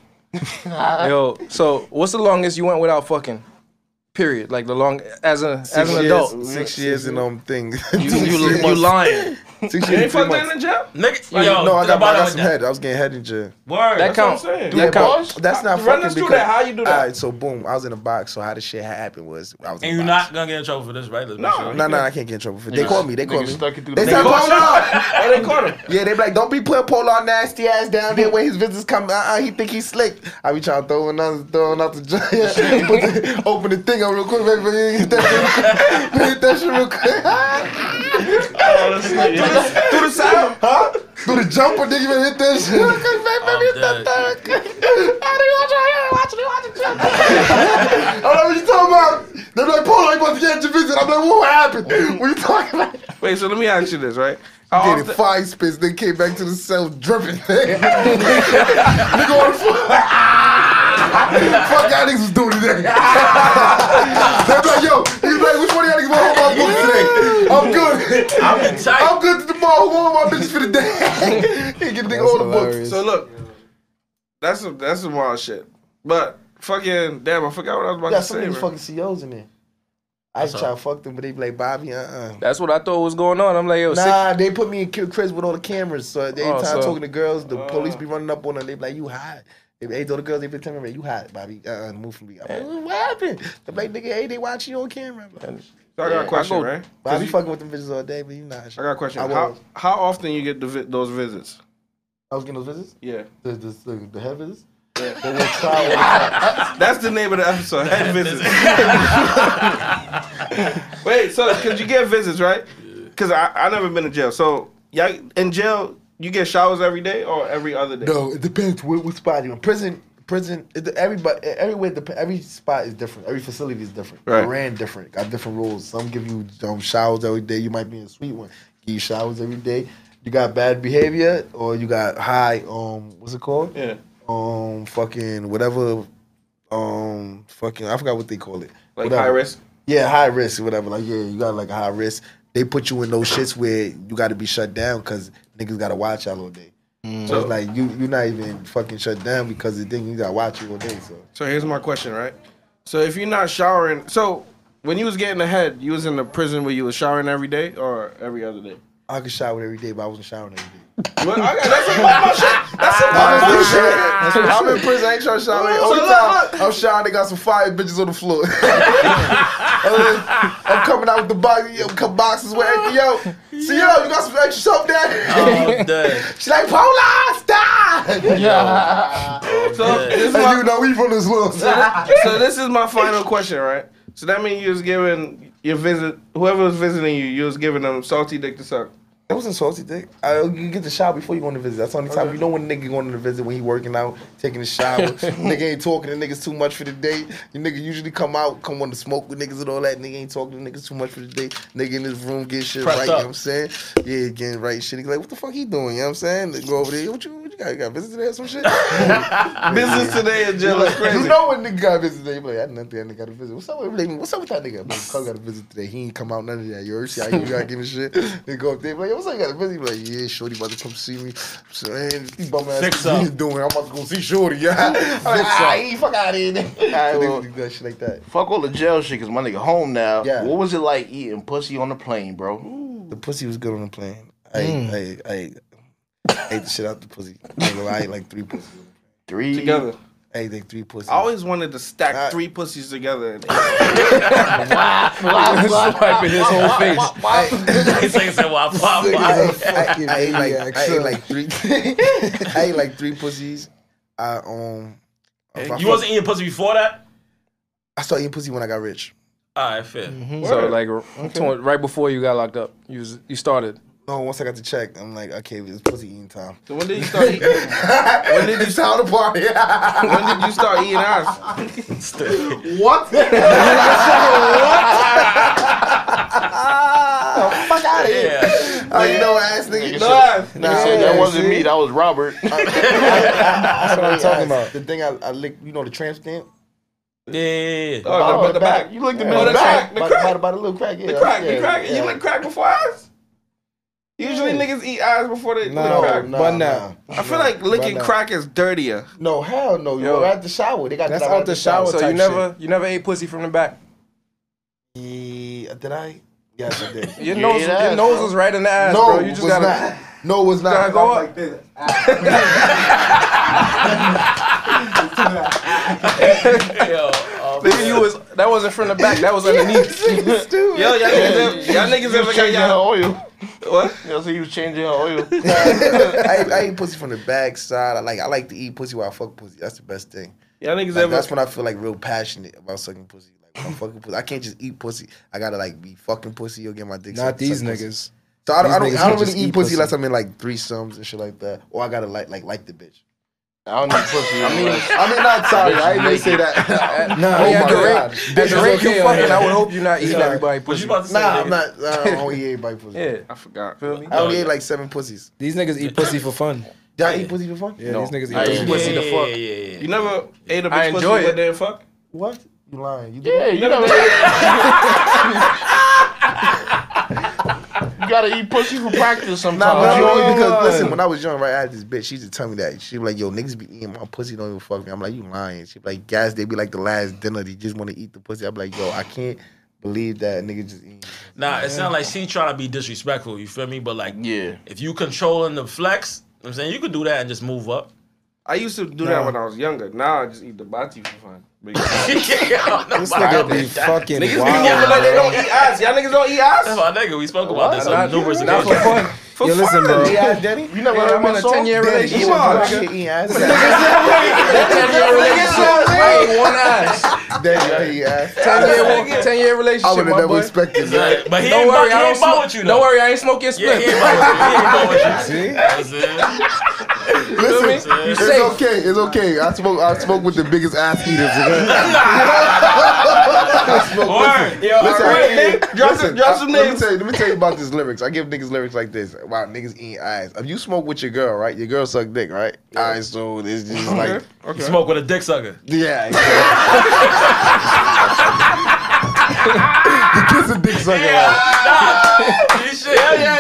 Yo, so what's the longest you went without fucking? Period. Like the long as a as an
years,
adult.
Six years and um things.
You, you, you lying.
Six
You
years and
ain't
three
fucked in
months.
the jail?
Nigga,
Like,
yo,
no, I got, I
about
got
it
some
with
head. I was getting head in jail.
Word.
That
That's what I'm
count.
saying.
That count.
Bars?
That's not
Run us
fucking
through
because-
that. How you do that?
All right, so boom, I was in a box. So how the shit happen was I was.
And
in a
you're
box.
not gonna get in trouble for this, right? Let's make
No.
sure.
No, no, I can't get in trouble for. They called me. They called
Niggas
me.
stuck it through
They
the
said,
niggas-
"Hold on."
Oh, they caught him.
Yeah, they be like, don't be putting Polar nasty ass down there where his visitors come. Uh, uh he think he's slick. I be trying to throw another, throwing out the joint. Put the- open the thing up real quick. Make, make, hit that shit real quick. Hit that shit real quick.
Through the side.
huh? Do the jumper, nigga, man, hit that shit. Real quick, man,
I'm
baby, hit that
dead.
thing. How do you watch it? How do you watch it? Watch it. I don't know what you talking about. They be like, Polar, you about to get your visit. I'm like, what happened? What you talking about?
Wait, so let me ask you this, right?
Did
How
it
often,
five spits, then came back to the cell dripping. nigga on the floor. Fuck y'all niggas was doing today. They're like, yo, he's like, which one of y'all niggas want my book today? I'm good.
I'm in tight.
I'm good to tomorrow. Who want my bitches for the day? he get the nigga all the books.
so look, that's some that's some wild shit. But fucking damn, I forgot what I was about
Got
to
so
say.
many
man.
fucking COs in there.
I just try to fuck them, but they be like, Bobby, uh-uh.
That's what I thought was going on. I'm like, yo, six,
Nah, they put me in Kill Chris with all the cameras. So every
Oh,
time
so-
I'm talking to girls, the police be running up on them. They be like, "You hot." They be, hey, though the girls they been telling me, "You hot, Bobby? Uh, uh move from me." I'm like, "What happened?" They be like, "Nigga, hey, they watching you on camera." Bro.
So I got a question,
I go-
right?
Bobby fucking with them bitches all day, but you not.
I got a question.
I
how
was.
how often you get the vi- those visits?
I was getting those visits.
Yeah,
The the the, the head visits. They were trial.
that's the name of the episode. Head visits. Wait, so because you get visits, right? Because I I never been in jail. So yeah, in jail you get showers every day or every other day.
No, it depends what, what spot you in. Prison, prison. It, everybody, e-, everywhere, dep- every spot is different. Every facility is different.
Right.
Iran different. Got different rules. Some give you um, showers every day. You might be in a sweet one. Give you showers every day. You got bad behavior, or you got high. Um, what's it called?
Yeah.
Um, fucking whatever. Um, fucking I forgot what they call it.
Like
Whatever.
high risk.
Yeah, high risk, whatever. Like, yeah, you got like a high risk. They put you in those shits where you got to be shut down because niggas got to watch y'all all day.
Mm.
So it's like you you not even fucking shut down because the thing you got to watch you all day. So
So here's my question, right? So if you're not showering, so when you was getting ahead, you was in the prison where you was showering every day or every other day.
I could shower every day, but I wasn't showering every day.
What? I got, that's a my shit. That's a
That's
my
real
shit.
shit. That's real shit. I'm in prison. I ain't trying to shower.
So
All the
look,
time I'm showering, they got some fire bitches on the floor. I'm coming out with the box, yo, co- boxes with everything. Yo, see, yo, you got some extra soap there?
I'm dead.
She like, Pola, stop!
So this, is
And
my,
you know, we from this little city.
so this is my final question, right? So that means you was giving your visit, whoever was visiting you, you was giving them salty dick to suck.
That wasn't salty, dick. I, you get the shower before you go on the visit. That's the only time. You know when a nigga going on the visit when he working out, taking a shower. nigga ain't talking to niggas too much for the day. You nigga usually come out, come on to smoke with niggas and all that. Nigga ain't talking to niggas too much for the day. Nigga in his room get shit
Pressed
right. You know
up.
what I'm saying? Yeah, getting right shit. He like, what the fuck he doing? You know what I'm saying? They go over there. What you, what you got? You got visit today or some shit?
Business today is just like crazy.
You know when nigga got a visit today, you be like, I didn't think that nigga got a visit. What's up with him? What's up with that nigga? Man, Cole got a visit today. He ain't come out none of that. You heard? See how you got giving shit. They go up there, be like, yo, what's up? You got a visit? He be like, yeah, Shorty about to come see me. So, man, these bum ass
Fix
niggas, what
up.
you doing? I'm about to go see Shorty. Yeah, I'm like, ah, he fuck out of here.
Alright,
So they
well-
do that shit like that.
Fuck all the jail shit, cause my nigga home now.
Yeah.
What was it like eating pussy on the plane, bro?
The pussy was good on the plane. I, I, I, I ate the shit out the pussy. I, I ate like three pussies.
Three
Together.
I ate like three pussies.
I always wanted to stack
Uh,
three pussies together. And
swiping his whole face.
He's like, "Say, "Wah, wah, wah."
I, I, I, ate like, I ate like three. I ate like three pussies. I um. I
You wasn't eating pussy before that?
I started eating pussy when I got rich.
All right, fair.
So like to- right before you got locked up, you was, you started.
No, once I got the check, I'm like, okay, it's pussy eating time.
so when did you start eating?
when did you sound the party?
When did you start eating ass? Oh,
what? Fuck out of here!
Yeah.
Like no ass nigga.
Nigga
No
said-
ass.
Nigga said, that wasn't me. That was Robert.
That's what I'm talking about. The thing I, I licked, you know, the tramp stamp.
Yeah, yeah, yeah.
Oh, the, the back.
You looked at
Oh,
me.
the crack. The
About,
crack.
about, about a little crack. Yeah,
The crack,
yeah,
the crack.
yeah.
You lick crack before eyes? Usually niggas eat eyes before they
No,
lick crack.
no,
But
no.
now-
I feel like licking
no.
crack is dirtier.
No, hell no. You
Yo.
were at the shower. They got
That's
that right
out
at
the shower.
So
type
you never you never ate pussy from the back.
Yeah, did I? Yes, I did.
Your nose, your nose was right in the ass,
no,
bro. You just
was
gotta,
not. No, it was not.
gotta go
I was
up.
Like this.
um,
Nigga, you was that wasn't from the back. That was underneath.
Yo, y'all niggas, ever- y'all niggas ever got
changing her
y'all?
oil.
What?
Y'all see, he was changing her oil.
I, I eat pussy from the back side. I like I like to eat pussy while I fuck pussy. That's the best thing.
Y'all niggas
Like,
ever?
that's when I feel like real passionate about sucking pussy. Like when I'm fucking pussy. I can't just eat pussy. I gotta like be fucking pussy or get my dick.
Not
sucked to
these
suck pussy.
niggas.
So I don't, I
These
don't,
niggas
I don't
can't
really
just
eat
eat
pussy unless
pussy.
I'm in like threesomes and shit like that, or I gotta like like like the bitch.
I don't need pussy. I mean,
I mean, not sorry. I didn't really say that.
Nah,
Oh, yeah,
my
at the
God.
rate, at the rate you fucking, I would hope you're not eating everybody
What you
pussy.
about to say?
nah, I'm
nigga?
not. Nah, I only eat everybody pussy.
Yeah,
I forgot.
feel me?
I only ate like seven pussies.
These niggas eat pussy for fun.
Did I eat pussy for fun?
Yeah,
No.
these niggas eat
I
pussy.
ain't
for fun.
Yeah,
pussy
yeah,
to fuck.
yeah, yeah, yeah.
You never ate a
I
bitch pussy
enjoy it.
with their fuck?
What? You lying? You
yeah, you gotta, you gotta eat pussy for practice sometimes.
Nah, but
you
you
know?
only because listen, when I was young, right, I had this bitch. She used to tell me that she be like, "Yo, niggas be eating my pussy, don't even fuck me." I'm like, "You lying?" She be like, "Guys, they be like the last dinner, they just want to eat the pussy." I'm like, "Yo, I can't believe that nigga just eating."
Nah, it sounds like she trying to be disrespectful. You feel me? But like,
Yeah.
if you controlling the flex, you know what I'm saying you could do that and just move up.
I used to do that when I was younger. Now I just eat the bati for fun.
Mm-hmm.
Big- niggas
yeah,
This nigga be fucking
be
wild.
moving like they don't eat ass. Y'all niggas don't eat
That's
ass.
my nigga. We spoke about this on
Not,
numerous
not for
occasions.
fun.
For
Yo,
fun.
listen, bro.
Yeah, Daddy. You know
Yeah, I'm in a 10 year relationship.
Come on,
bro.
nigga.
eating ass. Daddy,
10 year relationship. I ainat one ass.
I eat ass.
10 year, 10 year relationship.
I would have
my
never
boy.
expected that.
But he
Don't
ain't
worry, I don't
bought
smoke.
with you.
Don't
though.
worry, I ain't smoke your
Yeah,
split.
he ain't bought with you. He ain't bought with you. You know what I'm saying?
Listen,
You
it's
safe.
okay. It's okay. I smoke. I smoke with the biggest ass eaters. I smoke with
Word. Yo,
Listen,
all right,
I-
man. Drop some- drop some
I- let me
names.
tell you- Let me, tell you about this lyrics. I give niggas lyrics like this. Wow, niggas eating eyes. If you smoke with your girl, right? Your girl suck dick, right? All right, so it's just
Uh-huh.
like,
You smoke with a dick sucker.
yeah. Exactly. you kiss a dick sucker. right?
This shit. Yeah, yeah, yeah.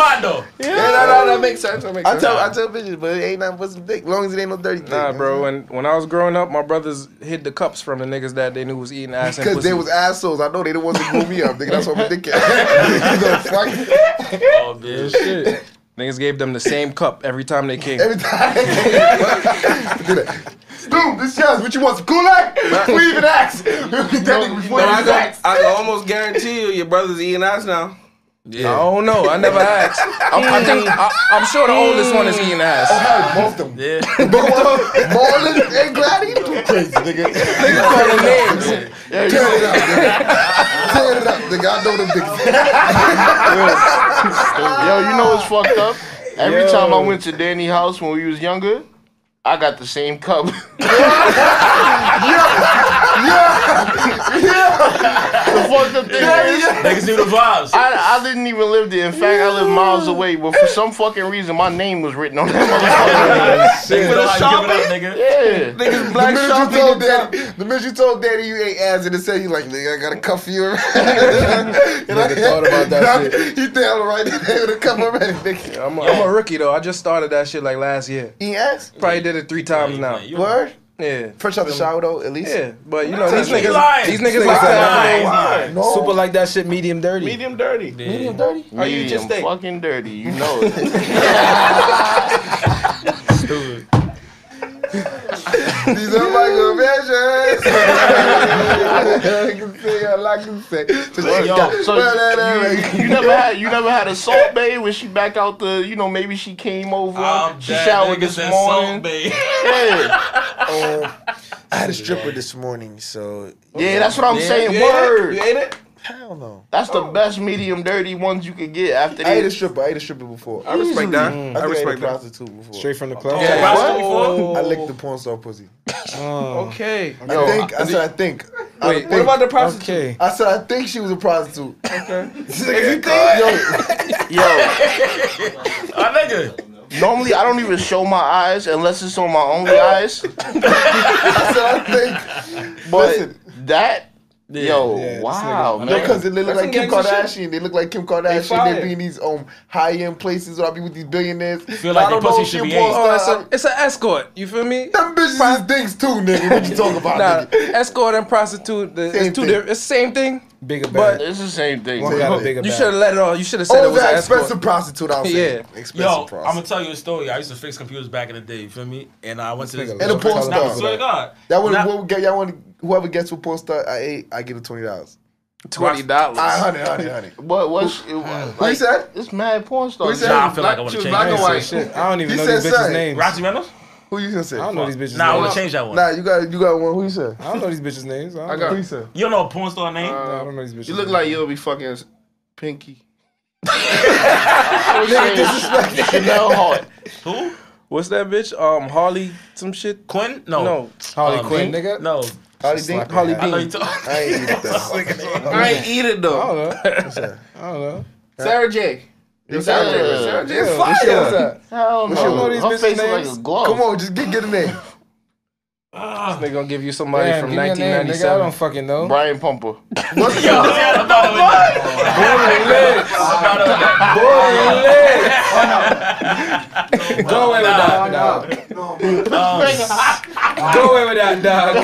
Mando.
Yeah, no, no, that makes sense. That makes
I
sense.
tell I tell bitches, but it ain't nothing but some dick. Long as it ain't no dirty dick.
Nah, bro. When when I was growing up, my brothers hid the cups from the niggas that they knew was eating ass and
Because
pussy.
they was assholes. I know they the ones that blew me up. Nigga, that's why I'm a dickhead. you know, fuck.
Oh, bitch.
Shit. Niggas gave them the same cup every time they came.
Every time. Do that. Boom, this yours. What you want, some Kulak? We even asked. Daddy, before
But I
you
can,
asked.
I can almost guarantee you, your brother's eating ass now.
I don't know. I never asked. I'm, I think I, I'm sure the oldest one is eating ass.
Mm.
Both of them.
Yeah.
Marlon and Gladys? You crazy, nigga. Nigga
Calling names.
Tear it up, nigga. Tear it up, nigga. I know them niggas.
Yo, you know what's fucked up? Every time I went to Danny house when we was younger, I got the same cup. The fucked up thing is,
Niggas knew the vibes.
I, I didn't even live there. In fact, I lived miles away, but for some fucking reason, my name was written on that
Niggas know
With a
how you give it
Sharpie?
up, nigga.
motherfucker. Yeah.
Niggas
The
black
minute you
shopping.
told daddy, the minute you told daddy you ain't ass in the cell, you like, nigga, I got a cuff for you. Nigga
thought about that
shit. He down right there with a cuff already, nigga.
I'm a, I'm a rookie though. I just started that shit like last year.
He ass?
Probably did it three times now.
You-
Word?
Yeah.
First out the shower, though, at least.
Yeah, but you know these
He
niggas,
lying.
these niggas like
lying.
that.
No.
Super like that shit, medium dirty.
Medium dirty.
Medium dirty?
Are
you just think?
fucking dirty? You know it.
These are my conventions. I can say all I can say. So she got-
So you, you never had you never had a salt bay when she back out the you know maybe she came over
I'm
she
dead,
showered
niggas
this
that salt
morning.
bae.
Yeah.
Um, I had a stripper this morning, so
yeah, that's what I'm saying.
You
Word.
ate it? You ate it?
hell no.
That's the best medium dirty ones you can get after
I ate a
this.
stripper. I ate a stripper before.
I respect that.
I,
I
think I ate a
respect that.
prostitute before.
Straight from the club.
Yeah. Prostitute before?
I licked the porn star pussy.
Oh,
Okay.
I think. I, said I think. I
Wait,
think.
What about the prostitute?
okay.
I said I think she was a prostitute.
If you
Yo,
think
Yo,
My Ah, nigga.
normally I don't even show my eyes unless it's on my only eyes.
I said I think.
But
Listen.
that, yo,
Yeah, this
wow,
nigga-
man.
Because they look like Kim
some gangsta
Kardashian. They look like Kim Kardashian. They
fire.
be in these um high end places. Where I be with these billionaires.
Feel like
I don't
their
know
pussy
if she
should
a
be
porn
ate.
star.
Oh, it's a it's an escort. You feel me?
Them bitches is dicks too, nigga. What you talking about,
Nah,
nigga?
escort and prostitute. The,
Same
it's two
thing.
different. It's the same thing.
bigger
But-
bag.
It's the same thing.
One got a bigger
You
bag.
should have let it all. You should have said it
Oh,
was an
that
escort.
expensive prostitute. I'll say.
Yeah.
expensive
Yo, I'm gonna
prostitute.
tell you a story. I used to fix computers back in the day. You feel me? And I went to this.
And a porn
Nah, I
star.
swear to God.
That would
Nah,
what would get y'all want whoever gets what porn star I ate, I get a twenty dollars.
Twenty dollars.
All right, honey, honey, honey.
What was it? was-
Who you said?
It's mad porn star.
Who you said?
Nah, I feel like I
Black-
wanna
she was
change
black
my
and
answer.
white.
Shit, I don't even
He
know
said
these bitches'
say.
names.
Roxy Reynolds?
Who you gonna say?
I don't know these bitches'
Nah, I
names.
want to change that one.
Nah, you got you got one. Who you said?
I don't know these bitches' names. I
I
don't know,
got-
Who you said?
You don't know a porn star name?
I don't know these bitches'
You look
names.
like you'll be fucking Pinky.
Chanel Hart.
Who?
What's that bitch? Um, Harley, some shit.
Quinn?
Oh.
No.
No.
Harley
Um,
Quinn, nigga.
No.
Holly Dean.
Harley
I know you
Dean.
talk.
I ain't eat that.
I ain't eat it
I
though.
don't know. I don't know.
Sarah J.
Sarah J,
Sarah J.
Yeah, what's your- what's that?
Hell
What's your-
no.
these
Her
bitches'
face is like
names?
a glove.
Come on, just get get a name.
They gonna give you somebody
Damn,
from
give me a name, nigga.
1997.
I don't fucking know.
Brian Pumper.
What's
Yo,
your
yeah, no,
Go away with that, dog. Go away with that, dog.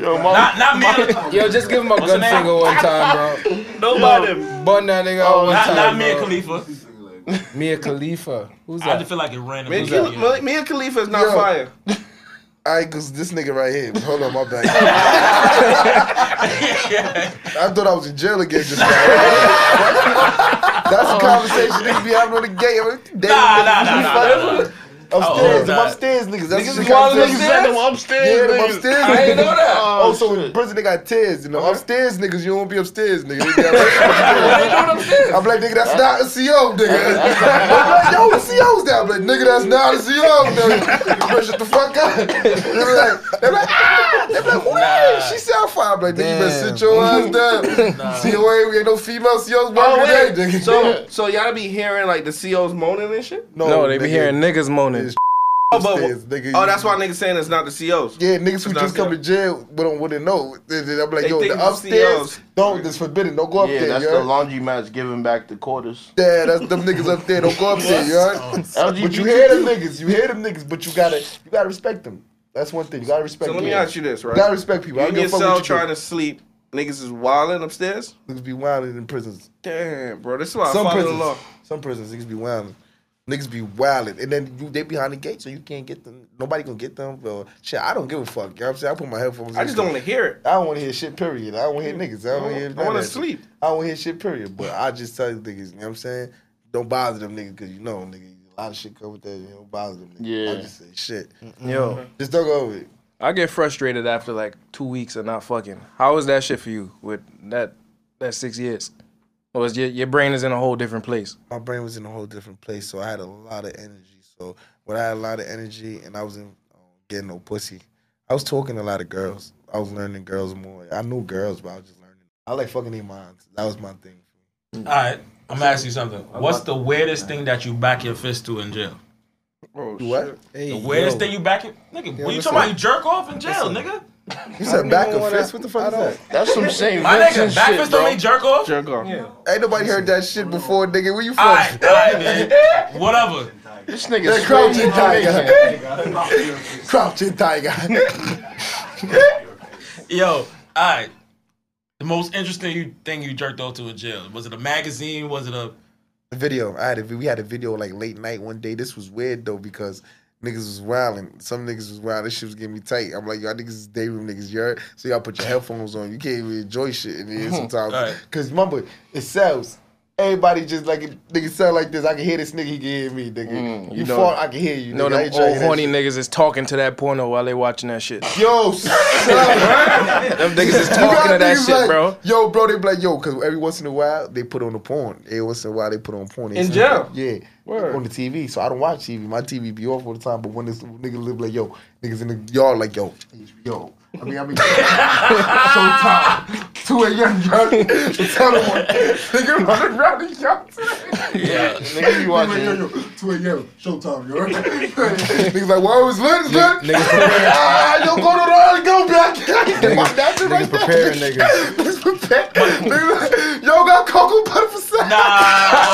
Yo, mom.
not, not me. and-
Yo, just give him a
her
gun finger one time, bro.
Nobody.
Bun that nigga out one
Not,
time.
not me and
bro.
Khalifa.
Mia Khalifa. Who's
I just
that?
feel like it random.
Me
Who's
and
that?
Khal- me- me and Khalifa is not
Yo.
fire.
I cause this nigga right here. Hold on, my bad. I thought I was in jail again just now. That's a conversation niggas be having on the gate. I'm like, damn,
Nah, nah,
niggas be
nah,
fighting.
nah, nah.
Upstairs,
nah.
them upstairs niggas. That's
Niggas
the
is wild niggas
conversation.
said them upstairs.
Yeah, them
niggas.
upstairs.
I ain't
niggas.
know that.
Oh, so
shit.
in prison they got tears, you know. Upstairs niggas, you won't be upstairs, nigga. They be upstairs. I'm like, nigga, that's not a CO, nigga. I'm like, yo, what CO's that? I'm like, nigga, that's not a CO, nigga. You better shut the fuck up. They're like, they're like, ah, they're like, wait, she sound fire. I'm like, nigga, you better sit your ass down. COA, we ain't no female COs working
Oh,
today,
wait.
nigga.
So, so y'all be hearing like the COs moaning and shit?
No, they be hearing niggas moaning.
It's-
Oh, but,
Upstairs, nigga,
oh
you-
that's why niggas saying it's not the COs.
Yeah, niggas who
It's
just
not
come to jail but don't wouldn't know. They- they- I'm like,
They
yo,
think
the
it's
upstairs,
COs.
don't. It's forbidden. Don't go up
Yeah,
there.
that's
yo.
the laundry match giving back the quarters.
Yeah, that's them niggas up there. Don't go up there,
Oh,
yo. But you hear them niggas. You hear them niggas. But you gotta, you gotta respect them. That's one thing. You gotta respect.
So let me
people.
ask you this, right?
gotta respect people.
You
I
in
don't give
your
a fuck
cell
what you
trying
trying
to sleep, niggas is wilding upstairs?
Niggas be wilding in prisons.
Damn, bro, this is why I
Some
follow the
prisons.
law.
Some prisons. Niggas be wilding. Niggas be wilding, and then you, they behind the gate, so you can't get them. Nobody gonna get them. But shit, I don't give a fuck. You know what I'm saying? I put my headphones.
I
in.
just don't want to hear it.
I don't want to hear shit, period. I don't want to hear niggas. I don't want to hear
I
none of
want to
that shit.
sleep.
I don't hear shit, period. But I just tell you niggas, you know what I'm saying? Don't bother them niggas because you know, nigga, a lot of shit come with that. You don't bother them niggas.
Yeah.
I just say shit.
Yo,
Mm-hmm.
Just don't go over it.
I get frustrated after like two weeks of not fucking. How was that shit for you with that that six years? Or is your your brain is in a whole different place?
My brain was in a whole different place, so I had a lot of energy. So when I had a lot of energy and I wasn't uh, getting no pussy, I was talking to a lot of girls. I was learning girls more. I knew girls, but I was just learning. I like fucking their minds. That was my thing.
All right. I'm gonna ask you something. What's the weirdest thing that you back your fist to in jail?
Oh,
What?
The weirdest thing you back your nigga? what you
listen.
talking about? You jerk off in jail, nigga?
You said back of fist? What the fuck is that?
That's some St.
My
Vincent
nigga, back
shit,
fist don't
bro.
mean jerk off.
Jerk off. Yeah.
Ain't nobody heard that shit before, nigga. Where you from?
All right, all right, man. Whatever.
This nigga
The crouching
Jamaican.
tiger. crouching tiger.
Yo, all right. The most interesting you, thing you jerked off to in jail was it a magazine? Was it a
video. I had a, we had a video like late night one day. This was weird though because niggas was wilding. Some niggas was wild. This shit was getting me tight. I'm like, y'all niggas is day room niggas, you heard? So y'all put your headphones on. You can't even enjoy shit in here sometimes.
Alright.
Cause remember, it sells. Everybody just like nigga sound like this. I can hear this nigga. He can hear me, nigga. you
Mm. know-
fart, I can hear you.
You know
nigga. I
them
ain't trying to
old
hear that
horny
shit.
niggas is talking to that porno while they watching that shit.
Yo, son.
Them niggas is
You got
talking to that
niggas
shit,
like-
bro.
Yo, bro, they be like, yo, because every once in a while they put on the porn. Every once in a while they put on porn. They
In
see-
jail?
Yeah.
Word.
On the TV. So I don't watch TV. My TV be off all the time. But when this nigga live like, yo, niggas in the yard like, yo, yo. I mean, I mean, showtime. 2 a.m. yo. Tell them what. Nigga running around the yard.
Nigga, you
Yo, yo,
watching
yo, 2 a.m. Showtime, yo. Niggas like, whoa, it's lit, it's lit.
Niggas preparing,
Ah, yo, go to the yard, go back. That's it
niggas
right there.
preparing niggas.
Let's prepare. Nigga, Yo, got cocoa butter for sex.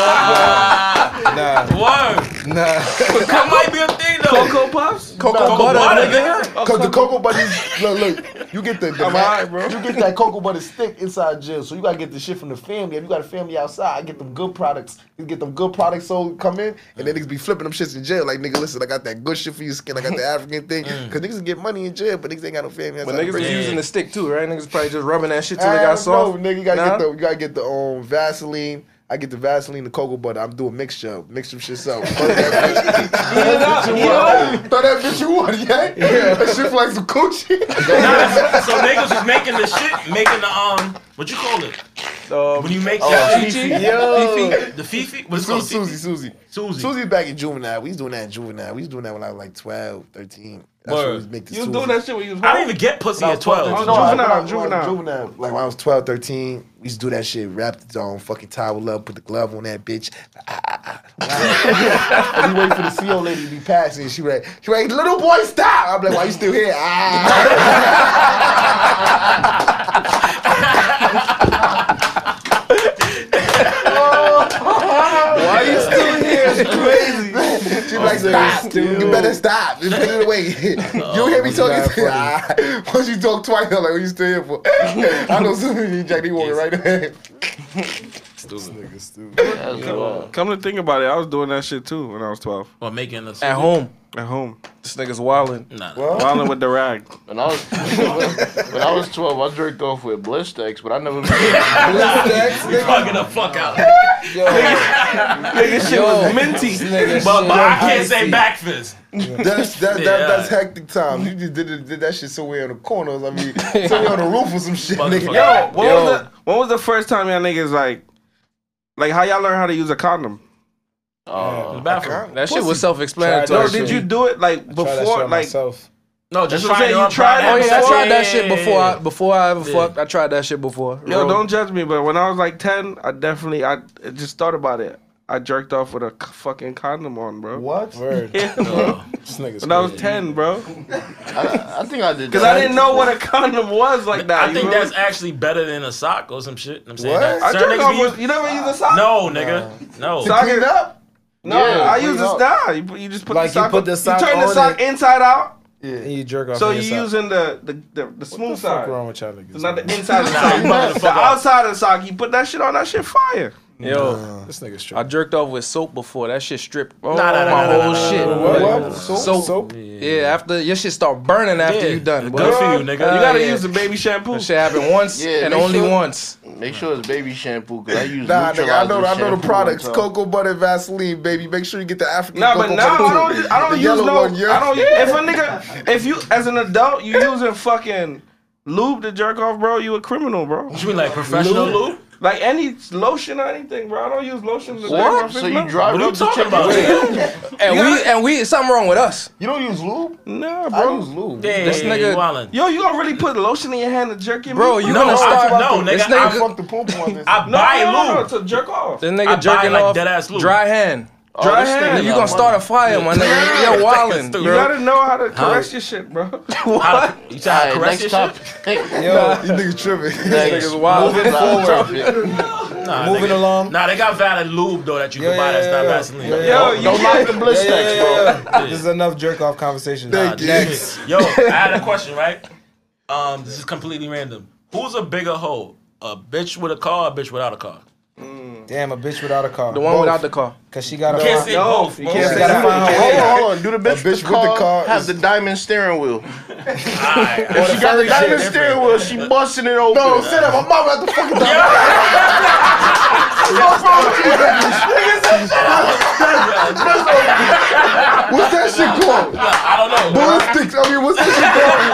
nah?
Nah,
Word.
nah.
That might be a thing though.
Cocoa Puffs?
Cocoa
Cocoa
butter,
butter,
nigga.
Cause the cocoa butter, is- look, look, You get the, the
I'm
mac-
high, bro.
You get that cocoa butter stick inside jail, so you gotta get the shit from the family. If you got a family outside, get them good products. You get them good products sold, come in, and then niggas be flipping them shits in jail. Like nigga, listen, I got that good shit for you skin. I got the African thing, cause niggas get money in jail, but niggas ain't got no family.
Mm. But
outside the
niggas was
prison.
using the stick too, right? Niggas probably just rubbing that shit till they got
No,
soft.
nigga, you gotta
Nah?
get the you gotta get the um Vaseline. I get the Vaseline, the cocoa butter. I'm doing mixture, up. mix some shit up. Throw that bitch- Throw that bitch you want, yeah? That shit like some coochie.
Nah, so niggas was making the shit, making the um, what you call it?
Um,
When you make that
Chi-Chi?
Yo.
the fifi, what's it called?
Susie, Susie.
Susie.
Susie back in juvenile. We was doing that in juvenile. We was doing that when I was like 12, 13. That's
Word.
when we was making
You was
Susie.
doing that shit when you was
I
home.
didn't even get pussy at twelve.
No, I-
Juvenile,
when I was- when I was
juvenile.
juvenile. Like when I was 12, 13, we used to do that shit, wrap the um, fucking towel up, put the glove on that bitch. Ah, ah, ah. And we wait for the CO lady to be passing. She was like, she was like, little boy, stop. I'm like, why you still here? Ah.
Why you still here? It's crazy.
She was like, stop. You better stop. Just put it away. you hear me talking? Ah. Once you talk twice, I'm like, what you still here for? I know some of you, Jack, they walking right there.
That's wild.
Come to think about it, I was doing that shit too when I was 12
Or making the
At home,
at home,
this nigga's wildin'.
Nah.
wilding with the rag.
When I was when I was twelve, I jerked off with Blistex, but I never. I
fucking the fuck out.
Nigga, shit was minty.
But, but I can't say back fist.
That's that, that,
Yeah.
that's hectic time. You just did, it- did that shit somewhere on the corners. I mean, somewhere on the roof or some shit, nigga.
Motherfucker.
Yo, what was the when was the first time y'all niggas like, like how y'all learn how to use a condom?
In the bathroom.
That shit was
Tried
self-explanatory. Oh,
Yo,
that
did
shit.
you do it like before? Like,
myself.
No, just
That's what I'm
try
saying, you tried it?
Oh yeah, I tried that shit
Yeah,
before. I, before I ever
Yeah.
fucked, I tried that shit before.
yo,
Real-
don't judge me, but when I was like ten, I definitely I I just thought about it. I jerked off with a c- fucking condom on, bro.
What?
Word.
Yeah, bro.
This nigga's
when I was
crazy.
ten, bro,
I think I did.
because I didn't know what a condom was like that.
I
you
think
feel me?
that's actually better than a sock or some shit. I'm saying
What?
that.
I
Certain
jerked
niggas
off
be
with. You never use a sock?
No, nigga. No.
Sock
Clean
is-
up?
No,
Yeah,
I
clean
use this
up.
now. You, put- you just put
Like,
the
you
sock.
put
on-
the sock
turn the
on
sock
it.
inside out.
And you jerk off.
So
on
you're
yourself.
using the the, the, the smooth
Fuck
side.
wrong with y'all niggas?
It's not the
man?
inside of the
Nah,
sock.
you bugging the
the
fuck out.
outside of the sock. You put that shit on. That shit fire.
Yo,
This nigga's
I
straight.
jerked off with soap before. That shit stripped all
nah, nah,
my
nah, nah,
whole
nah,
shit.
nah,
What?
Like,
What? Soap?
Soap. Yeah, after your shit start burning after
Yeah.
you done. boy.
Good for you, nigga.
Uh,
You gotta
yeah.
use the baby shampoo.
That shit happened once
Yeah,
and
make
only
sure-
once.
Make sure it's baby shampoo because I use.
Nah, nigga, I know, I
neutralizing
know the
shampoo
products.
on top.
Cocoa butter, Vaseline, baby. Make sure you get the African.
Nah, but
cocoa
now
butter.
I don't. I
The
don't use
yellow
no.
one, yeah.
I don't. If a nigga, if you as an adult, you using fucking lube to jerk off, bro, you a criminal, bro.
What you mean, like professional lube?
Like any lotion or anything, bro. I don't use lotion to jerk
What?
off.
So
it's
you
not-
drive
What
it
are you
up the
talking
chicken?
about?
And we and we something wrong with us.
You don't use lube?
Nah,
I
bro.
use lube.
Yeah,
This
you
nigga-
wildin'.
Yo, you gonna really put lotion in your hand to jerk your
Bro,
meat?
you
No,
gonna
no,
start
I- no,
this
nigga,
nigga,
Fuck the poop on this.
I
no,
buy
no, no,
lube.
no, to jerk off.
this
I
nigga
buy,
jerking
like,
off
dead-ass lube.
dry hand.
Dry
You gonna start a fire, my nigga. You're wildin',
You
bro.
gotta know how to correct your shit, bro.
How, you try to
All right,
correct
next
your shit?
topic.
You niggas tripping.
Next.
Nigga's wild.
Moving forward.
Nah,
Moving
nigga.
along.
Nah, they got valid lube though that you can buy that's not Vaseline.
Yo, you
Don't like the bliss
Yeah,
text,
yeah,
bro.
yeah, yeah. This is enough jerk off conversation.
Nah, this shit. Yo, I had a question, right? Um, this is completely random. Who's a bigger hoe? A bitch with a car, or a bitch without a car?
Damn, a bitch without a car.
The one without the car.
Cause she got a.
Can't say
Oh,
both.
you
bro.
can't
She
say
gotta find her
Hold
way.
on, hold on. Do the bitch, with
bitch
the car, have the diamond steering wheel.
Alright,
If she got the diamond steering wheel, she busting it open.
No, sit up. My mama at the fucking dog. What's that shit called?
I don't know.
Ballistics. I mean, what's that shit called?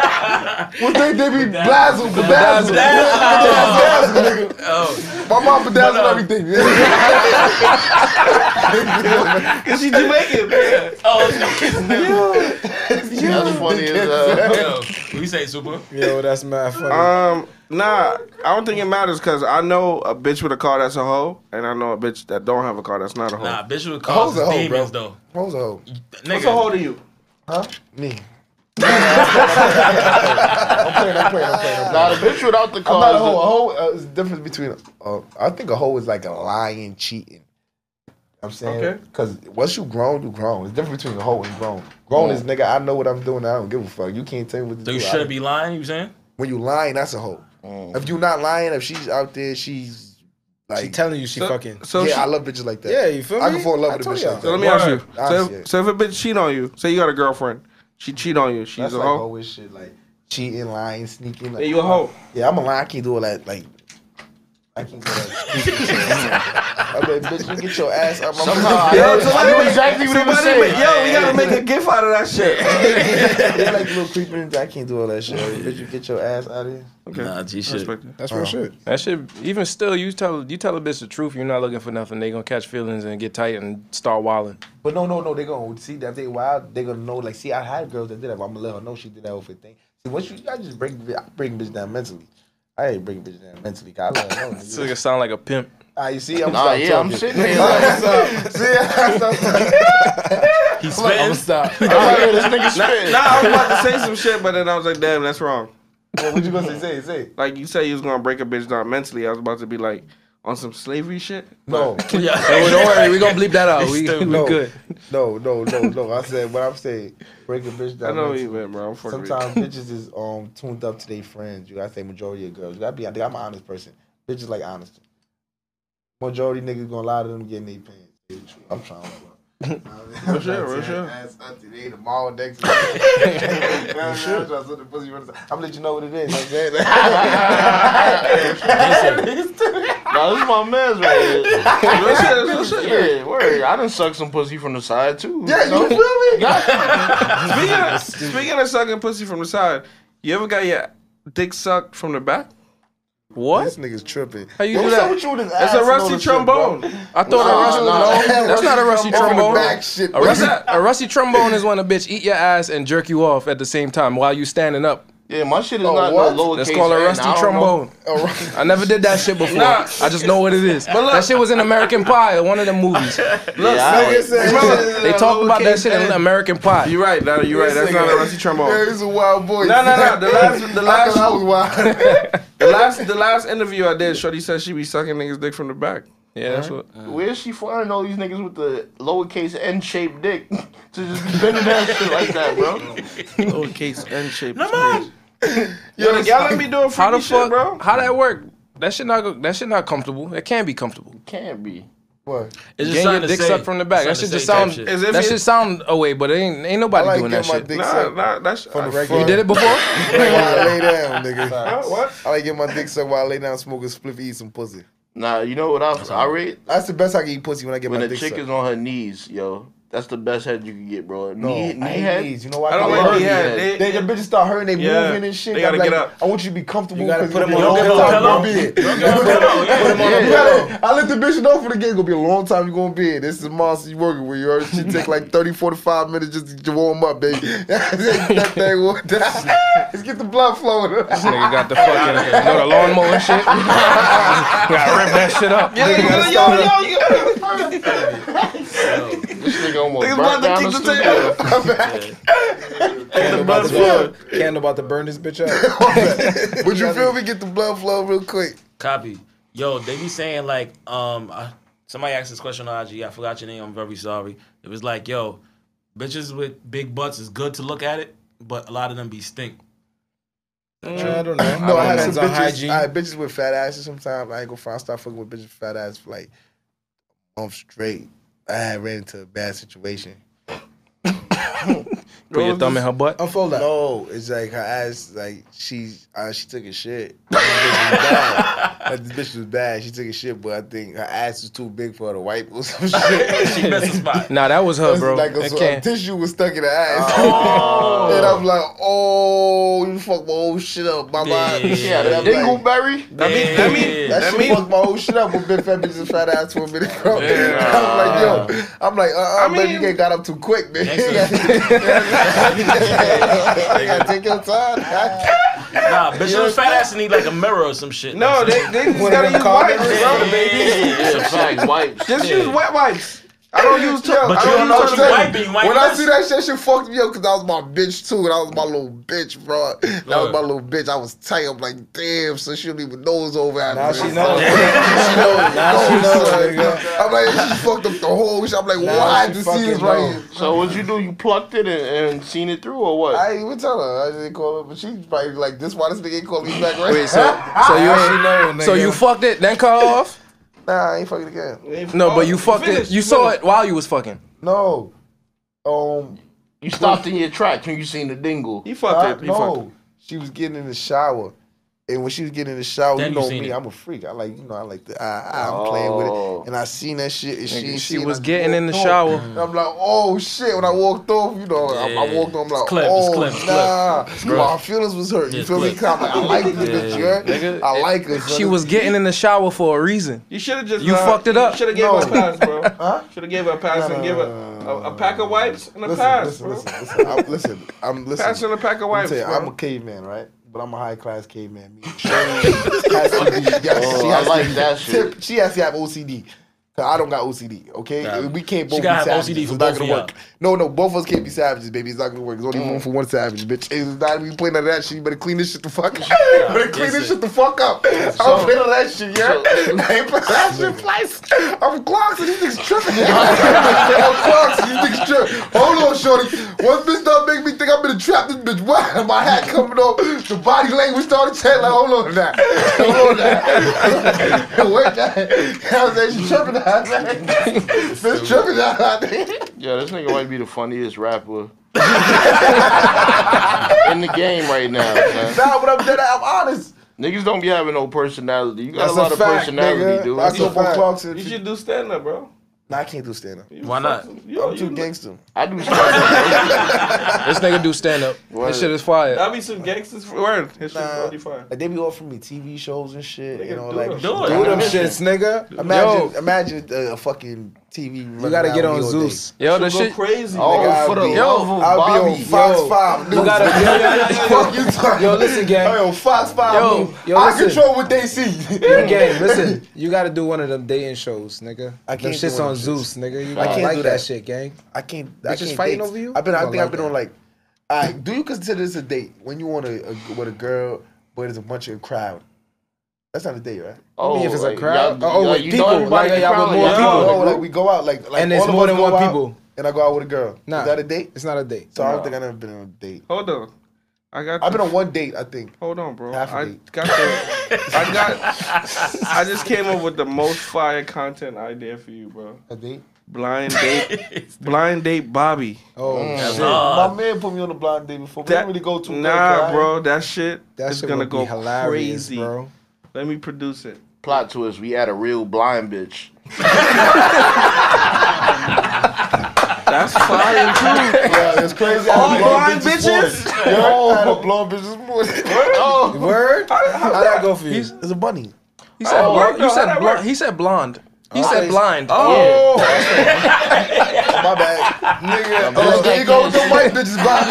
What they they be blazzled, bedazzled,
Bedazzled.
bedazzled, nigga.
Oh,
My mom bedazzled
uh,
everything. Yeah.
Cause she Jamaican. man.
oh,
That's funny as uh,
yo, we say super.
Yo, that's mad funny.
Um, nah, I don't think it matters because I know a bitch with a car that's a hoe, and I know a bitch that don't have a car that's not a hoe.
Nah, bitch with cars
a
is
hoe,
demons though.
Hoes a hoe.
Nigga,
What's a hoe to you?
Me.
Nah, the bitch without the
I'm
car.
not a
is
hoe. A hoe uh, is the difference between. Uh, I think a hoe is like a lying, cheating. I'm saying
Okay.
because once you grown, you grown. It's different between a hoe and grown. Grown is nigga. I know what I'm doing. I don't give a fuck. You can't tell me what to
so
do.
you
I-
shouldn't be lying. You saying?
When you lying, that's a hoe. If you not lying, if she's out there, she's like
Mm. She telling you she fucking.
so
yeah,
she-
I love bitches like that.
Yeah, you feel
I
me?
can fall in
I
love with a
told
bitch
y'all.
like
So
that.
let me ask you. So,
Honestly, yeah.
if, so if a bitch cheat on you, say you got a girlfriend, she cheat on you, she's
That's
a
like
hoe.
always shit like cheating, lying, sneaking. Like,
Then you a hoe.
Yeah, I'm a lie. I can't do all that. Like, I can't do all that. I'm like, bitch, you get your ass up. I'm
Somehow I-
Yo,
I
somebody
knew
make-
exactly what he was
somebody
saying.
make- Yo, we gotta make a gif out of that shit.
yeah, like a little creeping. I can't do all that shit. Bitch, you get your ass out of here.
Okay.
Nah, G
I
shit.
respect that.
That's real shit.
That shit. Even still, you tell you tell a bitch the truth. You're not looking for nothing. They gonna catch feelings and get tight and start wilding.
But no, no, no. They're gonna see that they wild. They're gonna know. Like, see, I had girls that did that. But I'm gonna let her know she did that over thing. See, once you, I just bring, I bring bitch down mentally. I ain't bring bitch down mentally. 'cause I let her know. nigga.
This nigga sound like a pimp.
Ah, you see, I'm
Nah,
stop
yeah, I'm
talking.
sitting here like,
See, I stop talking.
He's spitting.
Stop.
yo, this nigga spit.
Nah, I was about to say some shit, but then I was like, damn, that's wrong.
What you gonna say? Say, say.
Like you said, you was gonna break a bitch down mentally. I was about to be like on some slavery shit.
No,
Hey, don't worry, we gonna bleep that out. We, we
no,
good.
no, no, no, no. I said what I'm saying. Break a bitch
I
down.
know what you
mentally.
meant, bro. I'm fucking with you.
Sometimes bitches is um tuned up to their friends. You gotta say majority of girls. You gotta be. I think I'm an honest person. Bitches like honesty. Majority niggas gonna lie to them getting their pants. It's true. I'm trying. Real
shit, real shit.
Tomorrow, next day. You know what I'm saying? I'm trying to set the pussy on the side. I'm gonna let you know what it is. you know what I'm saying?
Nah, this is my man's right
Real shit, real shit.
here. Yeah, word. I done sucked some pussy from the side too.
Yeah, you feel me?
Speaking of, speaking of sucking pussy from the side, you ever got your dick sucked from the back?
This
What?
nigga's tripping.
How you
What's
do
up
that?
with you with this
It's a
ass and all
rusty
this shit, bro?
trombone.
I
Oh,
thought
Oh,
a rusty.
no,
No, that's not a rusty
Over the
trombone.
back shit.
A rusty,
that?
a rusty trombone is when a bitch eat your ass and jerk you off at the same time while you standing up.
Yeah, my shit is
Oh,
not
what?
no lowercase.
That's called a
n.
rusty
I don't know.
trombone.
A rusty-
I never did that shit before.
Nah.
I just know what it is. that shit was in American Pie, one of the movies.
Yeah, I ain't-
They talk about that shit in American Pie.
You're right, nah, you're right. That's not a rusty trombone.
Yeah, he's a wild boy.
No, no, no. The last, the
I thought I
last,
was wild.
the last, the last interview I did, Shorty said she be sucking niggas dick from the back.
Yeah, that's what.
Where's she finding all these niggas with the lowercase n shaped dick to just be bending that shit like that, bro?
Lowercase N shaped. Come on. Yo, the y'all let me do a
How the
freaky
fuck?
shit, bro.
How that work? That shit not. go- That shit not comfortable. It can be comfortable.
Can't be.
What?
It's
Getting your dick sucked from the back. That shit just sound.
Shit.
As if
That
it-
shit sound away, but it ain't ain't
I
nobody
like
doing
getting
that
my
shit.
dick
Nah,
sucked.
nah, that's
From the
I-
regular-
you did it before?
while I lay down, nigga.
Huh? What?
I like getting my dick sucked while I lay down, smoke a spliff, eat some pussy.
Nah, you know what I, I rate?
That's the best I can eat pussy when I get
When
my
a
dick
chick
sucked.
is on her knees, yo, that's the best head you can get, bro.
No,
Knee, knee
Oh, I hate
head.
knees. You know why?
I don't
I
Cause
like
love
me.
that.
Yeah,
They, the bitches start hurting, they
Yeah.
moving and shit.
They gotta
I'm like,
get up.
I want you to be comfortable.
You gotta
because
put 'em
it's
on
gonna be
a
a long
pillow.
time you gonna be here. Yeah. I let the bitch know for the game. Gonna be a long time you gonna be in. This is monster you working with. You heard she take like 30, 45 minutes just to warm up, baby. that thing will die. Let's get the blood flowing.
Nigga got the fucking, you know, the lawnmower and shit. Gotta rip that shit up.
gotta
Yo, yo, yo, yo.
This nigga almost
Niggas
burnt
about
down
to
the
kick
studio.
the table.
Candle about to burn. Candle about to burn this bitch up.
Would you feel me? Get the blood flow real quick.
Copy. Yo, they be saying like, um, I, somebody asked this question on IG. I forgot your name. I'm very sorry. It was like, yo, bitches with big butts is good to look at it, but a lot of them be stink.
I don't know.
No, I had
Depends
some
on
bitches.
hygiene.
I had bitches with fat asses sometimes. I ain't gonna find start fucking with bitches with fat ass for like a month straight. I had ran into a bad situation.
Put your thumb in her butt.
Unfold that.
No, it's like her ass, like she, uh, she took a shit. This bitch was bad. Like, this bitch was bad. She took a shit, but I think her ass was too big for her to wipe or some shit.
She missed a spot.
Nah, that was her,
It's
bro.
Like a,
That
so- a
can't.
tissue was stuck in her ass, and I'm like, "Oh, you fucked my whole shit up, my mind."
Yeah,
And I'm like,
Dingleberry?
That mean, that mean,
That
that
shit
mean.
fucked my whole shit up with big fat bitches and fat ass women. bro. I'm like, yo, I'm like, uh, uh
I
but you
mean-
get got up too quick, man.
Next
You gotta take your time.
Nah, bitch with fat ass need like a mirror or some shit.
No, they, they just gotta use wipes, bro.
Yeah, yeah, yeah, facts, wipes.
Just use wet wipes. I don't use tail.
But
I
you
don't
don't know
use
what you
tail.
might be. You might
when I
miss.
see that shit, she fucked me up because I was my bitch too, and I was my little bitch, bro. That was my little bitch. I was tight. I'm like, damn. So she don't even know it's over. After
Now
this.
she knows. she knows. Now she knows, nigga.
I'm like, she fucked up the whole shit. I'm like,
Nah,
why
she
the
fucking
scene is
know.
right here?
So what you do? You plucked it and, and seen it through, or what?
I ain't even tell her. I didn't call her, but she probably like, this why this nigga ain't calling me back right
Wait, so so you
She
ain't-
knows, nigga.
so you fucked it, then cut off?
Nah, I ain't fucking again.
No, but you
Oh,
fucked
finish,
it. You saw
finish.
it while you was fucking.
No. Um,
you stopped in your tracks when you seen the dingle.
He
I,
fucked it. He fucked it.
no. She was getting in the shower. And when she was getting in the shower, you
Then you
know
seen
me,
it.
I'm a freak. I like, you know, I like, the, I, I, I'm playing with
Oh.
it. And I seen that shit, and she,
Nigga,
ain't
she
seen it.
was
I
getting in the
walked
shower.
off. And I'm like, oh shit! When I walked off, you know, I, I
Yeah.
walked off. I'm like,
It's clip, it's
oh
clip, it's clip.
nah, my feelings was hurt. You
It's
feel me?
clip.
'Cause I'm like, I like this
Yeah.
bitch, yeah. I like her.
She
son.
was getting in the shower for a reason.
You should have just.
You fucked it up.
Should have gave her a pass, bro.
Huh?
Should have gave her a pass
No,
and
no,
give her
no,
a, a pack of wipes and a
Listen,
pass,
listen,
bro.
listen, listen. I'm, listen, I'm listening.
Pass and a pack of
Let me
wipes,
tell you,
bro.
I'm a caveman, right? But I'm a high class caveman. Me. She has to be- yes,
Oh,
she
I
has to
like
be-
that shit.
Tip, she has to have OCD. 'Cause I don't got OCD, okay?
Nah.
We can't
She
both be
gotta have
savages.
OCD
it's
for
not
both of
gonna
y'all.
work. No, no, both of us can't be savages, baby. It's not gonna work. There's only room for one savage, bitch. It's not even playing none of that shit. You better clean this shit the fuck up. better clean this shit the fuck up. I'm playing none of that shit, yeah? I ain't playing that shit twice. I'm clocks and these niggas tripping. I'm clocks and these niggas tripping. Hold on, shorty. Once bitch start making me think I'm in a trap, this bitch, what? My hat coming off. The body language started chatting like, hold on now. Hold on now. Wait, that. I was like, she tripping out there. Bitch tripping out there.
Yeah, this nigga might be the funniest rapper in the game right now. son.
Nah, but I'm dead. I'm honest.
Niggas don't be having no personality. You got
That's
a lot
a
of
fact,
personality,
nigga.
dude.
That's a fact.
You should do stand up, bro.
Nah, I can't do stand up.
Why not?
Yo,
I'm too
you,
gangster.
I do stuff.
This nigga do stand up.
Word.
This shit is fire.
That'd be some gangsters for word. His shit's
Nah.
gonna be fine.
Like they be offering me TV shows and shit,
Nigga,
you know,
do
like
them
Do
Do
it.
them shits, nigga.
imagine, imagine uh, a, a fucking TV.
You gotta get on Zeus.
Yo,
Go
the shit.
crazy.
Oh,
nigga.
for the
I'll be-
love of
I'll be
Bobby.
on Fox
yo.
Five News.
You gotta. Yo, yo, yo,
Fuck you
yo,
talking?
yo, listen, gang.
I'm on Fox Five
Yo,
News.
yo,
I
listen.
control what they see.
Yo, gang, listen. You gotta do one of them dating shows, nigga.
I can't do
Them shits
one
on
of them
Zeus, nigga. You
I
gotta
can't
like
do
that
that.
shit, gang.
I can't. I
Bitches
can't
fighting
date.
over you?
I've been.
You
I
don't
think I've
like
been on like. I do you consider this a date when you on a, a with a girl but there's a bunch of crowd? That's not a date, right?
Oh,
mean if it's a
like,
crowd?
y'all-
Oh,
y'all-
with
you know
people.
everybody
Like,
in
y'all with
the
more
crowd,
people.
y'all-
Oh,
no, like we go out like, like
And there's
all of
more
us
than
go
one
out,
people.
And I go out with a girl.
Nah.
Is that a date?
It's not a date.
So I don't think I've never been on a date.
Hold on. I got.
I've been
the-
on one date, I think.
Hold on, bro.
Half a
I
beat.
got the. I got. I just came up with the most fire content idea for you, bro.
A date?
Blind date. blind date, Bobby.
Oh,
Mm.
shit.
My man put me on a blind date before. We
That-
didn't really go too
Nah, bro. That shit.
That
is
shit
gonna
would
go
be hilarious,
crazy,
bro.
Let me produce it.
Plot twist: We had a real blind bitch.
That's fire too.
Yeah, it's crazy.
All
I had a blonde bitch
blind
this morning.
bitches.
Yeah, I had a blonde bitch this morning.
Oh,
Word? How'd that go for you?
It's a bunny.
He said,
Oh,
blonde.
no,
You
how
said
that
blonde.
work?
He said blonde. He said blind.
Oh,
My bad. Nigga.
blonde
Oh, there you go with the white bitches, Bobby.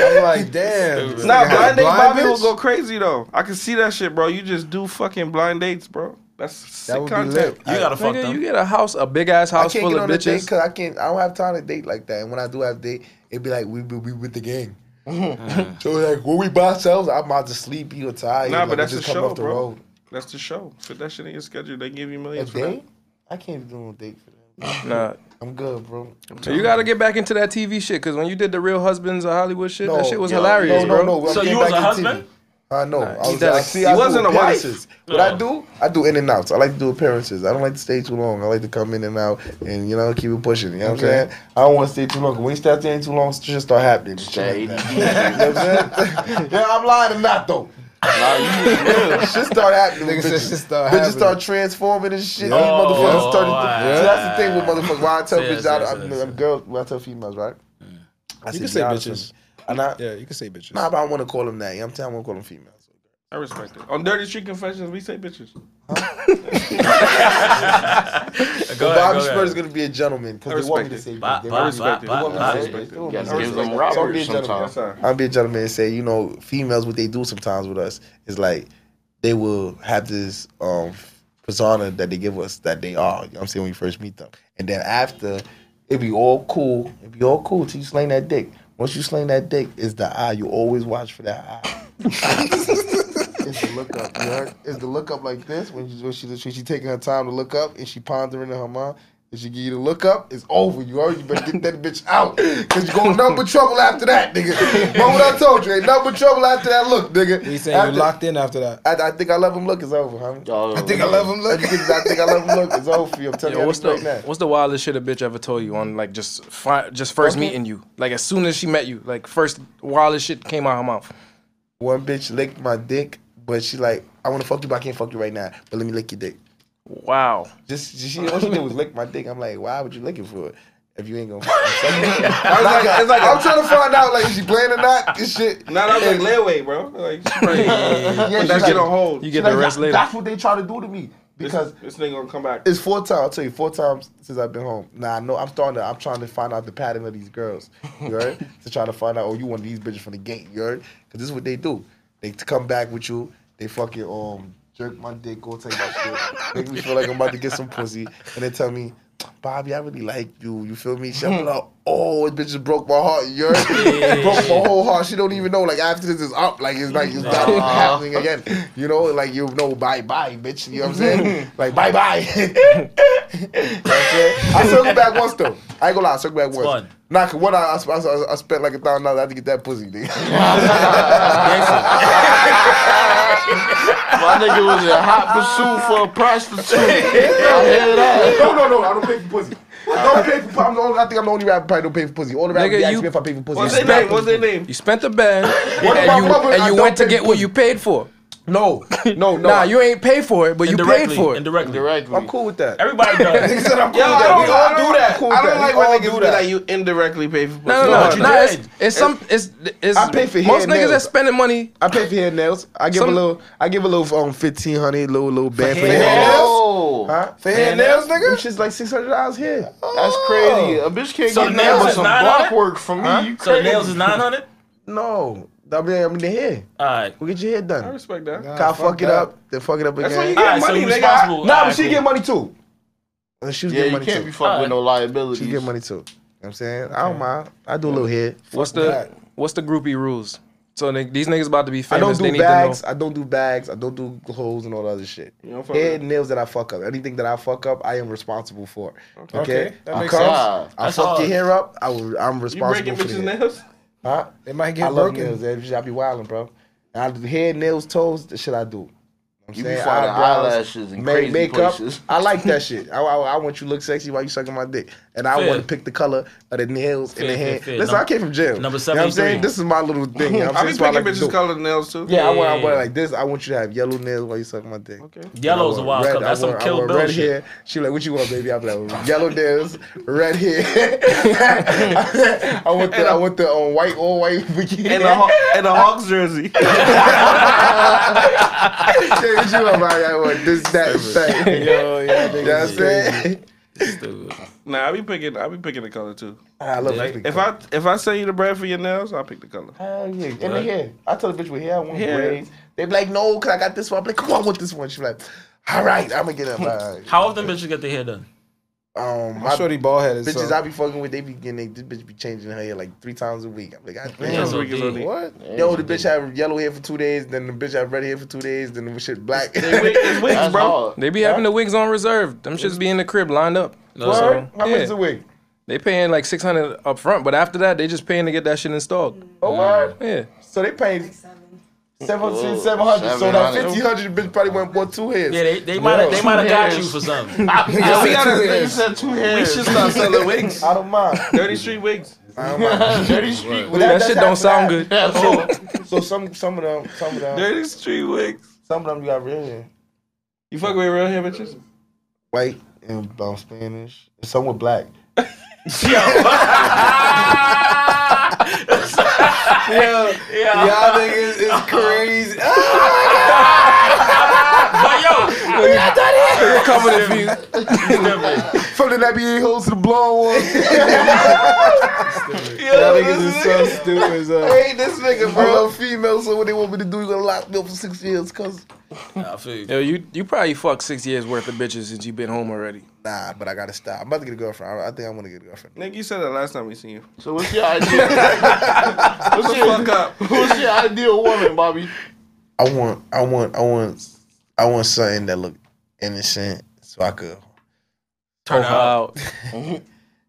I'm like, damn. this
nah,
nigga had a
blind date, Bobby
bitch?
will go crazy though. I can see that shit, bro. You just do fucking blind dates, bro. That's sick
That would be
content.
lit.
You gotta fuck
Nigga, you
them.
get a house, a big ass
I
house
can't
full
get
of
on a date
bitches.
because I can't. I don't have time to date like that. And when I do have date, it'd be like we we, we with the gang. so like when we by ourselves, I'm out to sleep. You tired?
Nah,
like,
but that's
we
the
just coming
show,
off the
bro.
road.
That's the show. Fit that shit in your schedule. They give you
A
millions for
date? I can't be doing a date for that.
Nah.
I'm good, bro.
You gotta get back into that TV shit, cause when you did the Real Husbands of Hollywood shit, that shit was hilarious,
no,
bro.
No, no,
So
I'm
you
getting
was
back to
a
TV.
husband? Oh.
Uh, no, I was.
does.
I see,
He
I do
wasn't a wife.
appearances. What I do, I do in and outs. I like to do appearances. I don't like to stay too long. I like to come in and out, and you know, keep it pushing. You know what I'm saying? I don't want to stay too long. 'cause When you start staying too long, shit start happening.
Say
Shit like that. You know what I'm saying? yeah, I'm lying or not though.
nah, you-
shit start happening. with
Nigga said
bitches.
shit start
bitches
happening.
start transforming and shit.
Yeah.
These motherfuckers
Oh,
started.
wow.
So that's the thing with motherfuckers. Why I tell
Yes,
bitches, I,
yes,
I,
yes,
I'm
yes. Mm.
girls. When I tell females, right? I
You
said,
can
be
say
honest
bitches.
with me. And I,
Yeah, you can say bitches.
Nah, but I want to call them that. You know what I'm saying? I want to call them females.
that. I respect it. On Dirty Street Confessions, we say bitches.
Go
But
ahead,
Bobby
go
Spurs is
ahead.
going to be a gentleman
I
because they want me to
respect
say
it.
bitch. They
Bye,
want me to-
bye,
respect it.
bye,
they want me to
bye,
say
bye.
bitch. They
you
want me to
gotta
say
give them
bitch. So I'll be a
robbers
gentleman.
sometimes.
sir.
I'll be a gentleman and say, you know, females, what they do sometimes with us is like they will have this um
persona that they give us that they are. You know what I'm saying? When you first meet them. And then after, it be all cool. It be all cool till you slaying that dick. Once you slaying that dick, it's the eye. You always watch for that eye.
It's the look up. You heard? It's the look up like this when she when she, when she taking her time to look up and she pondering in her mind. If she give you the look up, it's over. You already better get that bitch out. Cause you going nothing but trouble after that, nigga. Remember what I told you? Ain't nothing but trouble after that look, nigga.
He saying
After-
you locked in after that.
I, I think I love him look is over, homie.
I
think I love him
I
look.
think, I think I love him look is over for you. I'm telling
Yo,
you
what's
right
the
now.
what's the wildest shit a bitch ever told you on like just fi- just first meeting you? Like as soon as she met you, like first wildest shit came out of her mouth.
One bitch licked my dick, but she like, I want to fuck you, but I can't fuck you right now. But let me lick your dick.
Wow.
Just she, she- all she did was lick my dick. I'm like, why would you looking for it if you ain't gonna? Fuck me?
I was like, it's like
I'm trying to find out like is she playing or not. This shit.
Nah, that was like layaway, bro. Like, she probably-
Yeah,
put
she's
that shit
like-
on hold.
You
This,
get the rest later.
That's what they try to do to me because
this nigga gonna come back.
it's four times. I'll tell you, four times since I've been home. Now I know I'm starting to. I'm trying to find out the pattern of these girls. You heard? to try to find out. Oh, you one of these bitches from the gate. You heard? Because this is what they do. They t- come back with you. They fucking um jerk my dick. Go take my shit. Make me feel like I'm about to get some pussy. And they tell me. Bobby, I really like you. You feel me? She-
Mm-hmm.
I'm like, oh, this bitch just broke my heart. You heard? broke my whole heart. She don't even know. Like after this is up, like it's like it's not even happening again. You know, like you know, bye bye, bitch. You know what I'm saying?
Mm-hmm.
like bye bye. I circled back once though. I ain't gonna lie, I circled back once.
fun.
Nah, 'cause one I, I, I, I spent like a thousand dollars. I had to get that pussy, nigga.
My nigga was in hot pursuit for a prostitute. I hear that.
no, no, no. I don't pay for pussy. I don't pay for. I'm the only, I think I'm the only rapper probably don't pay for pussy. All the rappers
Nigga,
ask
you-
me if I pay for pussy.
What's
I
their
spent-
name? What's their name?
You spent the bag
about
and you,
rubber?
and
I
you
don't
went to
pay
get what you paid for.
No, no, no.
Nah, you ain't paid for it, but you paid
indirectly,
for it.
indirectly.
Directly.
I'm cool with that.
Everybody does.
said I'm cool
Yo,
with
I
that.
don't,
We all
I don't,
do that. Cool with
I don't
that.
like
We all
when
do
niggas be
that.
like, you indirectly pay for pussy.
No,
No,
no, no.
but you
nah, it's,
did.
it's some. It's, it's
I pay for
most
hair and
niggas
nails.
that's spending money.
I pay for hair nails. I give
Some-
a little. I give a little um fifteen hundred, little little band for,
hair
hair
nails?
nails.
Oh,
Huh? For hair nails, nigga. Which is like six hundred dollars here.
that's crazy. A bitch can't
So
get
the nails
nails with
is
some
not
block
on it?
work from me. You
so the
crazy.
nails is 900?
No, I mean I mean the hair.
All right.
We get your hair
I
done.
respect that.
Kyle fuck it
that.
up, then fuck it up again.
That's what you
All
get
right, so
money,
you
nigga.
responsible.
Nah,
All
but
right,
she
cool.
get money too. And she was
Yeah,
getting
you
money
can't
too.
be fucking with no
she
liability.
get money too. You know what I'm saying? I don't mind. I do a little hair.
What's the what's the groupie rules? So they, these niggas about to be
I don't
famous.
do
They need
bags.
to
I don't do bags. I don't do holes and all the other shit.
You don't fuck
Hair
with-
and nails that I fuck up. Anything that I fuck up, I am responsible for. Okay,
Okay, that
I
makes
come,
sense.
I
That's
fuck
hard.
your hair up. I will, I'm
You breaking
responsible for
bitches'
the hair.
nails?
Huh?
It might get
I love
broken.
nails. That shit I be wilding, bro. And I do hair, nails, toes. The shit I do. I'm
You be
saying?
finding
Eyebrows,
eyelashes and
Ma-
crazy
makeup.
places.
I like that shit. I, I, I want you to look sexy while you sucking my dick, and I
Fair.
want to pick the color of the nails and
Fair,
the
fair,
hand.
fair.
Listen,
Num-
I came from jail.
number
you know what I'm saying
73.
this is my little thing. You know what
I
I'm
be
saying? That's what
picking
I like to
bitches'
do.
colored nails too.
Yeah, I want, I
Yeah.
want like this. I want you to have yellow nails while you suck my dick. Okay.
Yellow is a wild color.
I
That's some
want, I
Kill
want
Bill
red
shit.
hair. She like, what you want, baby? I'm like, yellow nails, red hair. I want the, I want the um, white, all white bikini.
And a, Haw- and a Hawks jersey.
Yeah, what you want, baby? I want this, that, and that.
Yo, yeah,
You know what I'm saying?
nah, I be picking. I be picking the color too.
Ah, I love that.
If I if I send you the bread for your nails, I'll pick the color.
Hell yeah. And the hair. I tell the bitch with hair, I want
Hair.
braids. They be like, no, because I got this one. I'm like, come on, I want this one. She be like, all right, I'm going to get up. All right.
How often bitches get their hair done?
Um,
My
my
shorty bald headed.
bitches
so.
I be fucking with, they be getting, they, this bitch be changing her hair like three times a week. I'm like, God damn.
Yeah, so
Rick is
deep.
on it.
What? Yo, the bitch have yellow hair for two days, then the bitch have red hair for two days, then the shit black.
They wig- It's wigs,
That's
bro.
hard.
know. They be having the wigs on reserve. Them shits be in the crib lined up.
Word? How much
yeah.
is a wig?
They paying like six hundred up front, but after that they just paying to get that shit installed.
Oh, word.
Yeah.
So they paying
Seven.
700,
Oh,
700. So that
700.
1500 bitch probably went and bought two hairs.
Yeah, they, they might have they might have got you for something.
Yeah, we
said
gotta-
two
you
hairs.
said two
We
hairs.
should stop selling wigs.
I don't mind.
Dirty street wigs.
I don't mind.
Dirty street.
But
That
that's
shit
half
don't
and
sound
half.
good.
So some some of them, some of them,
Dirty street wigs.
some of them you got real hair.
You fuck with real hair bitches?
White and um, Spanish. And some with black.
Y'all niggas is crazy.
but yo,
From the NBA hoes to the blonde ones.
Yo, this
is so stupid. So.
Hey, this nigga, bro. I love females, so what they want me to do, you gonna lock me up for six years, cuz.
Nah, I feel you.
Yo, you you probably fucked six years worth of bitches since you been home already.
Nah, but I gotta stop. I'm about to get a girlfriend. I, I think I'm gonna get a girlfriend.
Nigga, you said that last time we seen you.
So what's your idea? what's, your,
Fuck up.
what's your ideal woman, Bobby?
I want, I want, I want, I want something that look innocent, so I could,
Oh,
Turn out.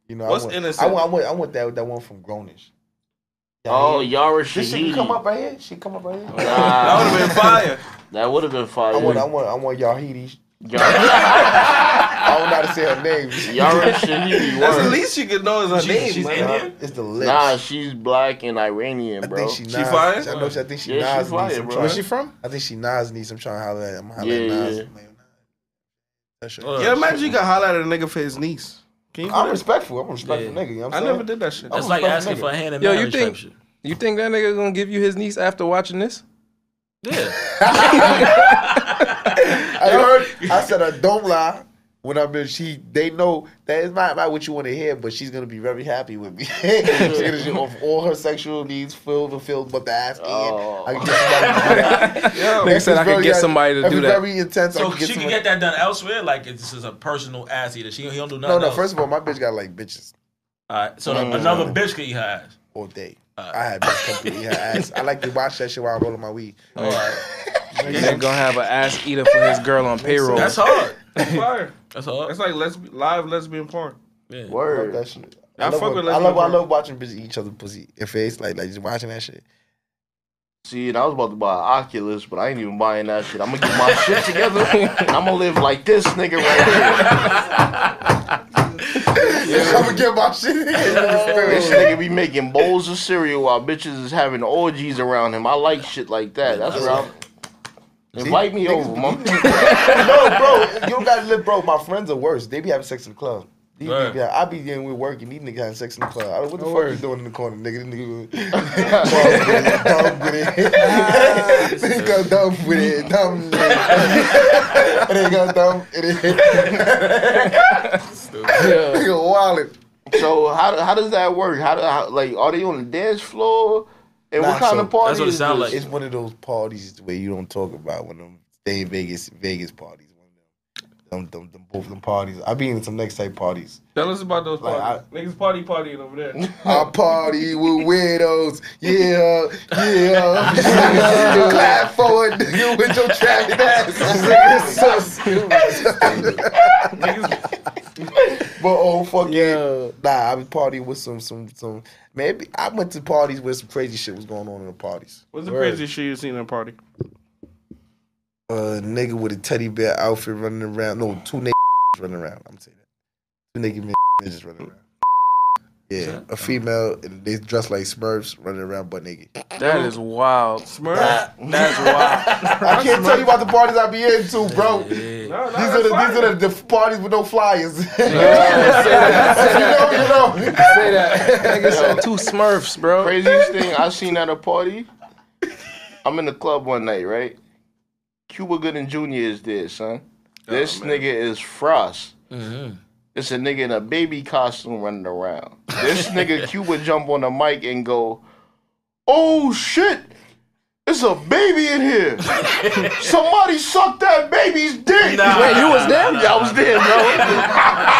you know,
What's
I want,
innocent?
I want, I want, I want that that one from Grownish.
Oh, Yara
This shit can come
Shahidi.
up right here. She come up right here.
That would
Nah,
have been fire.
that would have been fire.
I want, I want, I want Yahidi.
Yara,
I don't know how to say her name.
Yara Shahidi.
That's the
word.
least you can know is her name.
she's
man.
Indian?
It's the lips.
Nah, she's black and Iranian,
I
bro.
think she Nas.
She fire?
I know. She, I think she
Yeah, she
Nas.
fire,
needs. I'm
bro.
trying-
Where's
Where's she from?
I think she Nas needs. I'm trying to holler at him. I'm
Yeah,
hollering at Nas.
yeah.
Like, nah. That shit.
Uh,
Yeah, imagine you got holler at a nigga for his niece. Can you do
I'm
that?
respectful. I'm a respectful
Yeah.
nigga. You know what
I
I'm
never
saying?
did that shit.
That's like
supposed to
asking
nigga.
for a hand in
Yo, you
marriage
think-
type shit.
You think that nigga gonna give you his niece after watching this?
Yeah.
I heard. I said, I don't lie. When I'm in, she they know that it's not, not what you want to hear, but she's gonna be very happy with me. she's gonna be of all her sexual needs filled fulfilled but the asking.
Oh.
I can get somebody to do that.
Nigga said I could
Very-
get somebody to
that'd
do
be
that.
Very intense. I
Oh. So
could
she can
somebody-
get that done elsewhere. Like if this is a personal ass eater. She he don't do nothing.
No, no.
else.
First of all, my bitch got like bitches
All right. So another bitch could eat her ass.
all day. I had bitch company. Her ass. I like to watch that shit while I'm rolling my weed.
All right.
Nigga gonna have an ass eater for his girl on payroll.
That's hard.
That's fire.
That's hard.
That's like lesb- live lesbian porn.
I
Yeah.
love
Word.
that shit.
I
love
fuck
when-
with
I love. I
lesbian
love watching bitches eat each other pussy and face. Like, like just watching that shit.
See, and I was about to buy an Oculus, but I ain't even buying that shit. I'm gonna get my shit together, and I'm gonna live like this nigga right
I'm gonna get my shit.
here. this nigga be making bowls of cereal while bitches is having orgies around him. I like shit like that. That's what I'm. Invite me over, mom.
no, bro, you don't gotta live, bro. My friends are worse. They be having sex in the club. These
Right.
niggas- I be getting with work and these niggas having sex in the club. I don't- what the fuck you doing in the corner, nigga? This nigga dumb with it. This nigga go dumb with it. Dumb with it. It ain't go dumb with it. Nigga wallet.
So how how does that work? How, do, how like are they on the dance floor? And
Nah,
what kind
so-
of party
That's what it
is
sound
this?
like.
It's one of those parties where you don't talk about when them stay in Vegas, Vegas parties. One of them, them, them, them both them parties. I be in some next type parties.
Tell us about those
Like,
parties. Niggas party partying over there.
I party with widows. Yeah, yeah. Clap for a nigga with your trapped ass. so stupid.
Niggas,
but oh fuck
Yeah.
Nah, I was partying with some some some maybe I went to parties where some crazy shit was going on in the parties.
what's the craziest shit you seen in a party?
A nigga with a teddy bear outfit running around. No, two niggas running around. I'm saying that. Two nigga niggas running around. Yeah, a female and they dressed like Smurfs running around butt naked.
That is wild.
Smurf?
That's wild.
I can't tell you about the parties I be into, bro.
No, no,
These
that's
are the
fire.
these are the, the parties with no flyers. you know, you know.
Say that.
Nigga said two Smurfs, bro.
Craziest thing I seen at a party. I'm in the club one night, right? Cuba Gooding Jr. is there, son. This nigga is Frost. It's a nigga in a baby costume running around. This nigga Cuba jump on the mic and go, "Oh shit, it's a baby in here! Somebody suck that baby's dick!"
Wait, you
was there? Yeah, I was there, bro.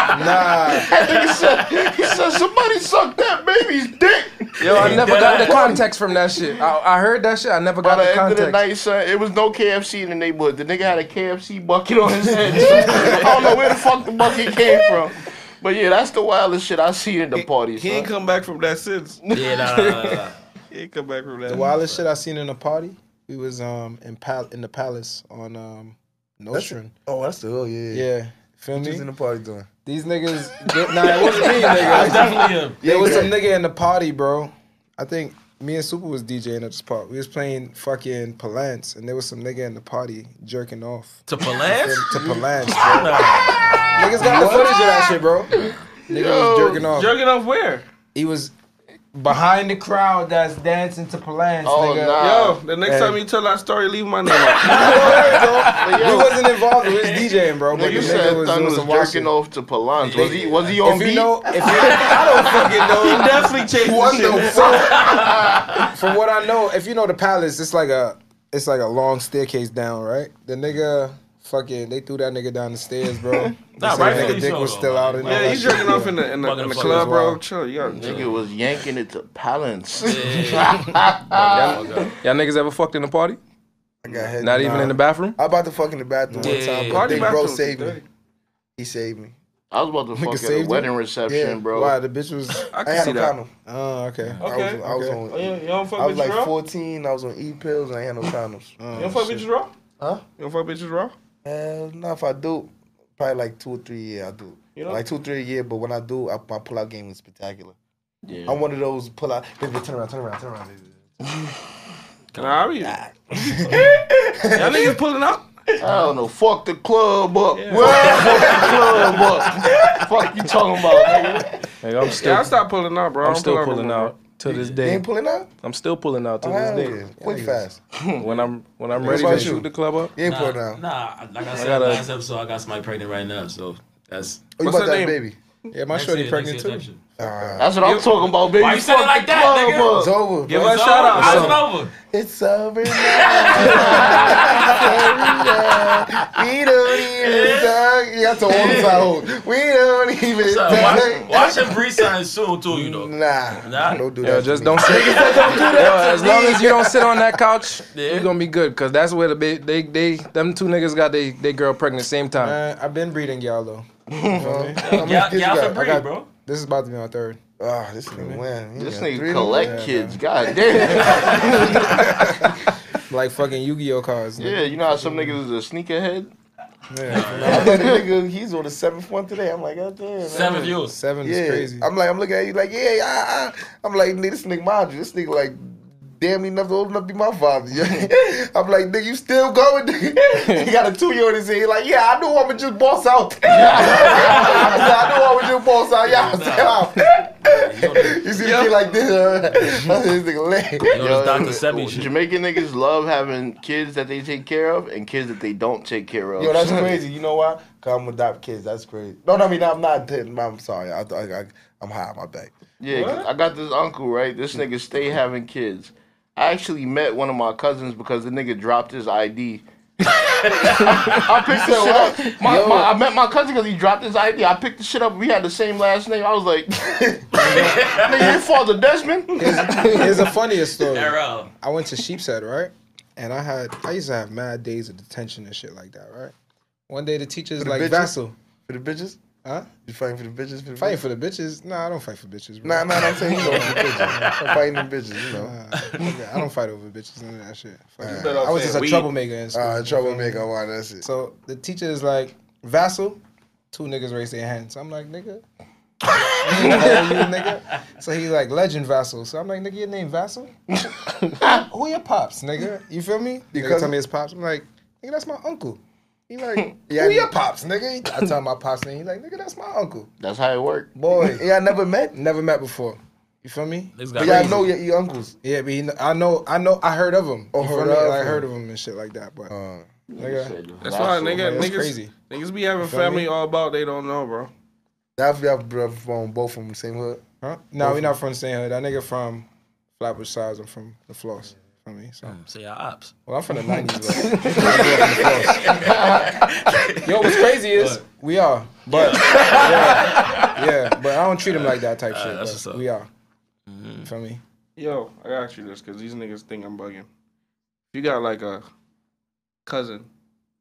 That nigga said, he said, "Somebody suck that baby's dick."
Yo, I never
Dead
got the
eye.
context from that shit. I, I heard that shit. I never
By
got
the
the
end of the
context.
night, son, it was no KFC in the neighborhood. The nigga had a KFC bucket on his head. I don't know where the fuck the bucket came from. But yeah, that's the wildest shit I seen in the party,
He ain't
son.
come back from that since.
Yeah, nah, nah, nah, nah, nah.
He ain't come back from
The
that.
wildest shit I seen in a party. We was um in pal in the palace on um Nostrand.
Oh, that's the hell, yeah. yeah.
Yeah, feel me?
Who's in the party doing?
These niggas. they- nah, it wasn't me, nigga.
That's definitely him.
There was some nigga in the party, bro. I think me and Super was DJing at this park. We was playing fucking Palance, and there was some nigga in the party jerking off
To
to
Palance?
Palance. Bro.
Nah.
Niggas got the footage of that shit, bro. Nigga was jerking off.
Jerking off where?
He was behind the crowd that's dancing to Palance,
Oh,
nigga.
nah. Yo, the next
And-
time you tell that story, leave my name out.
we wasn't involved. We was DJing,
Oh,
bro.
Nigga,
But
you
the
said
nigga was
Thun
doing
was
some
jerking
wild shit.
off to Palance. Was he was he on
If
beat?
you know, if you, I
definitely changed
don't fucking know. What the fuck? From what I know, if you know the palace, it's like a it's like a long staircase down, right? The nigga. Fucking, they threw that nigga down the stairs, bro. They
Nah,
said the
rightfully
nigga dick
so,
was
though,
still
man.
out in
Yeah,
there.
you jerking off in the in the, in the
Motherfuckers
club, bro.
wild.
Chill, you gotta chill.
Nigga was yanking it to Palance.
Oh, God.
Y'all niggas ever fucked in a party?
I got hit.
Not even in the bathroom?
I about to fuck in the bathroom
Yeah,
one
yeah,
time,
yeah.
but
Party
Big Bro
bathrooms
saved
dirty.
me. He saved me.
I was about to fuck at a
saved you?
wedding
Yeah,
reception, bro.
Why the bitch was?
I
I
can
had
see
no
that.
condom.
Oh, okay.
I
Okay.
was, I was
okay.
on.
Oh, Mm. yeah, you don't fuck
I was
bitches
like
raw.
14. I was on e pills and I had no condoms.
You don't fuck bitches raw.
Huh?
You don't fuck bitches raw.
Uh, no, if I do, probably like two or three a year I do.
You know?
Like two, three a year, but when I do, I, my pull out game is spectacular.
Yeah.
I'm one of those pull out. Baby, turn around, turn around, turn around. Baby.
Nah, I be. Y'all niggas pulling up.
I don't know. Fuck the club up. Well, fuck the club up. Fuck you talking about, nigga?
Nigga, I'm still,
Yeah, I stop pulling out, bro. I
I'm
don't
still
pull
pulling
no more.
out to this
You
day.
ain't pulling out?
I'm still pulling out to
Hell
this day.
yeah. Quick fast.
When I'm when I'm ready
about
to
you?
shoot the club up.
You ain't
Nah,
pulling out.
nah, like I said
gotta-
last episode, I got somebody pregnant right now, so that's.
Oh, you
What's
about
her
that
name?
baby?
Yeah, my
Next
shorty
year,
pregnant
next year,
too.
next year.
That's what I'm talking about, baby.
Why you
fuck
saying it
the
like that,
club
nigga?
up.
It's over.
Give
bro.
her a
It's
shout
over.
out. son.
It's over.
It's over now. we don't even talk. You got to hold this out. hold. We don't even
Son,
talk.
watch, watch him resign soon too. You
Mm,
know.
Nah,
Nah.
don't do that.
Yo,
to
just
me.
don't sit. Yo, as long as you don't sit on that couch,
Yeah.
you're gonna be good. Cause that's where the ba- they they them two niggas got they they girl pregnant same time.
Man, I've been breeding y'all though.
How many
Y'all,
kids you
y'all
got?
for
I got-
breed, bro.
This is about to be my third.
Ah, this nigga win. He
This
got three
nigga
of them.
collect kids. God damn.
Like fucking Yu-Gi-Oh cards. nigga.
Yeah, you know how some niggas is a sneakerhead?
I thought the nigga, he's on the seventh one today. I'm like, oh damn. man.
Seven views.
Seven
Yeah.
is crazy.
I'm like, I'm looking at you like, yeah, yeah. I, I'm like, nigga, this nigga mind you, this nigga like. Damn, near enough to open up be my father. I'm like, nigga, you still going? nigga? he got a two year old in his head. He Like, yeah, I knew I would just boss out. I, said, I knew I would just boss out. Yeah, I was out. you see the kid like this? Uh, this nigga leg.
You know, this Dr. Sebi shit.
Jamaican niggas love having kids that they take care of and kids that they don't take care of.
Yo, that's crazy. You know why? Cause I'm adopt kids. That's crazy. No, no, I mean, I'm not. I'm sorry. I, I, I, I'm high on my back.
Yeah, 'cause I got this uncle, right? This nigga stay
Mm-hmm.
having kids. I actually met one of my cousins because the nigga dropped his ID. I picked this shit up. My, my, I met my cousin because he dropped his ID. I picked the shit up. We had the same last name. I was like, nigga, your father Desmond?
Here's a funnier story.
Arrow.
I went to Sheepshead, right? And I had I used to have mad days of detention and shit like that, right? One day the teacher's like
bitches?
Vassal,
For the bitches?
huh?
You fighting for the bitches? For the
Fighting
bitches?
for the bitches? Nah, I don't fight for bitches. Bro.
Nah, nah, nah, I'm saying you know, for the bitches. I'm fighting the bitches, you know.
Nah, I don't fight over bitches none of that shit. Fuck that.
better
I was
say
just a
weed.
troublemaker in school.
Uh, troublemaker, why that's it.
So the teacher is like, Vassal, two niggas raise their hands. I'm like, nigga. you nigga. So he's like, legend Vassal. So I'm like, nigga, your name Vassal? Who your pops, nigga? You feel me? Nigga
Because-
tell me his pops. I'm like, nigga, that's my uncle. He like, who your pops, nigga? I tell him my pops name. He like, nigga, that's my uncle.
That's how it worked.
Boy,
Y'all never met?
never met before. You feel me?
This
But
guy
y'all
crazy.
know your, your uncles.
Yeah, but he, kn- I know, I know, I heard of him.
Oh,
You feel
heard
me?
of
Like, I
him.
heard of him and shit like that. But
Uh,
um, nigga,
That's why nigga,
that's
niggas,
crazy.
niggas be having
feel
family
me?
all about they don't know, bro.
y'all, y'all bro- from both from the same hood?
Huh? No, we not from the same hood. That nigga from Flatbush Sides. I'm from the Floss. From me, so
So y'all ops.
well, I'm from the '90s. But I grew up in the Floss. Yo, what's crazy is we are, but yeah, yeah, but I don't treat him like that type shit.
that's what's up.
but
Mm-hmm.
We are. You feel me?
Yo, I got you this because these niggas think I'm bugging. You got like a cousin,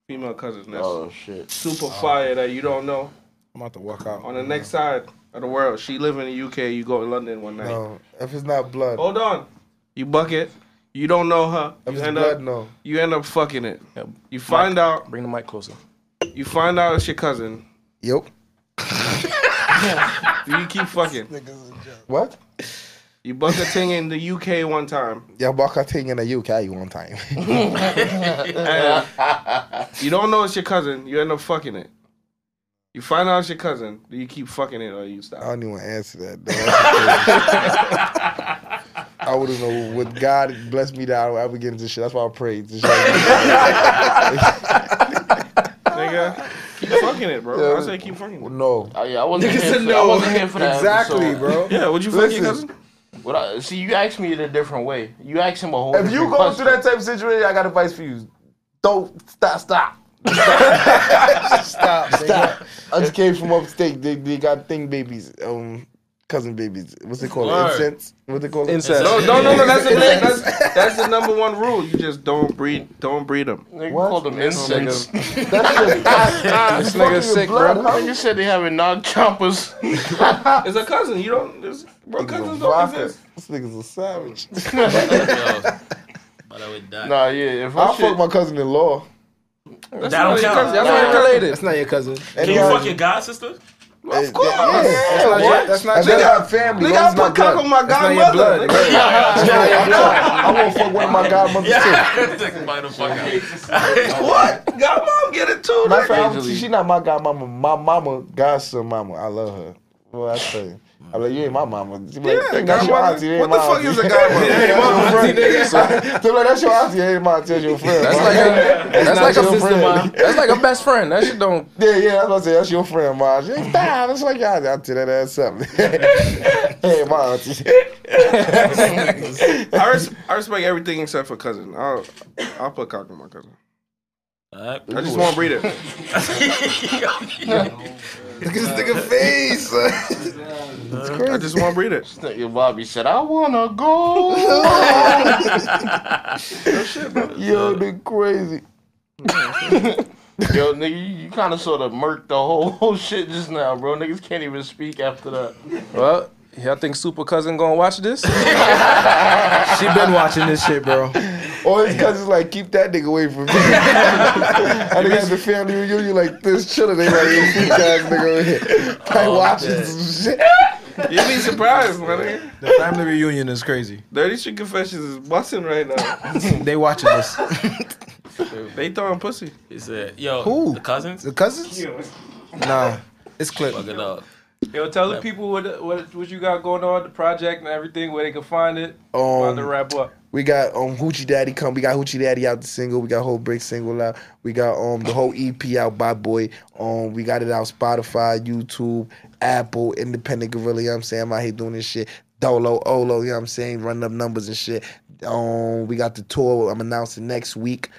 female cousin that's
Oh, shit.
super fire that you don't know.
I'm about to walk out.
On the next side of the world, she live in the UK. You go to London one night.
No. If it's not
Oh,
blood.
Hold on, you bucket. You don't know her.
If
You
it's
end
blood,
up,
no.
you end up fucking it.
Yep.
You find out,
Bring the mic closer.
you find out it's your cousin.
Yep.
You keep fucking.
What?
You buck a thing in the UK one time.
Y'all walk out taking a UK one time.
And you don't know it's your cousin. You end up fucking it. You find out it's your cousin. Do you keep fucking it or you
I
stop?
don't even want to answer that. Though. I wouldn't know. Would God bless me that I would ever get into shit? That's why I prayed. This shit.
nigga. Keep fucking it, bro. I say keep fucking it.
No.
Oh, yeah, I wasn't, here
said
for, I
no.
wasn't here for that.
Exactly,
episode.
bro.
Yeah, would you fuck your cousin?
What I, see, you asked me in a different way. You asked him a whole.
If you
different
go
question.
through that type of situation, I got advice for you. Don't stop, stop.
Stop. nigga.
Stop. I just came from upstate. They, they got thing babies, um, cousin babies. What's it called?
Word.
Incense. What they call it?
Incest.
No, no, no, no. That's the, that's, that's the number one rule. You just don't breed. Don't breed them.
Nigga called them insects.
This nigga sick, bro.
Nigga said they having non chompers.
It's a cousin. You don't. It's, bro, cousins don't
Rocket.
exist.
This nigga's a savage.
But I would die.
nah, yeah. If I
I
shit,
fuck my cousin in law.
That's
That don't
not your
count.
cousin. That's not your related.
That's not your cousin.
Can you fuck your god sister?
Of course.
That's not your- That's not
And
your
they have family.
Nigga,
One's
I put cock on my
not your blood.
godmother. nigga.
I won't fuck one of my godmothers too.
By the fuck out.
What? Godmom get it too.
My
nigga.
friend, she not my godmama. My mama, godson mama. I love her. Well, I tell you. I'm like, you ain't my mama. She be like,
Yeah,
that's your
godmother.
auntie. It ain't
What
my
the fuck
auntie.
is a godmother?
Yeah,
It ain't my
that's your
auntie,
friend. So- so like, that's your auntie.
nigga.
It ain't my auntie. That's your friend.
That's
ma.
like a, that's
not
like
your
a
friend.
sister, That's like a best friend. That shit don't.
Yeah, yeah, that's what I said. That's your friend, Ma. She ain't nah, that's like y'all. I'll tell that ass something. hey, Ma.
I, res- I respect everything except for cousin. I'll, I'll put cock on my cousin.
Alright.
I just won't breed it.
Look at this nigga face.
I just won't breed it.
nigga Bobby said, I wanna go.
Yo, nigga crazy.
Yo, nigga, you, you kind of sort of murked the whole, whole shit just now, bro. Niggas can't even speak after that.
Well, y'all think super cousin gonna watch this?
She been watching this shit, bro.
All his cousins like, keep that nigga away from me. I think at the family reunion, like, this chilling. They like, this freak ass nigga over here. Like, watching some shit.
You'd be surprised, my nigga.
The family reunion is crazy.
Dirty Street Confessions is busting right now.
They watching this.
They throwing pussy.
He said, yo,
Who?
the cousins?
The cousins? Nah, it's clip.
Fuck it up.
Yo, tell the people what what what you got going on, the project and everything, where they can find it.
Um,
wrap up.
We got um Hoochie Daddy come. We got Hoochie Daddy out the single. We got whole break single out. We got um the whole EP out by Boy. Um we got it out Spotify, YouTube, Apple, Independent Gorilla. You know what I'm saying? I'm out here doing this shit. Dolo, Olo, you know what I'm saying? Running up numbers and shit. Um we got the tour I'm announcing next week.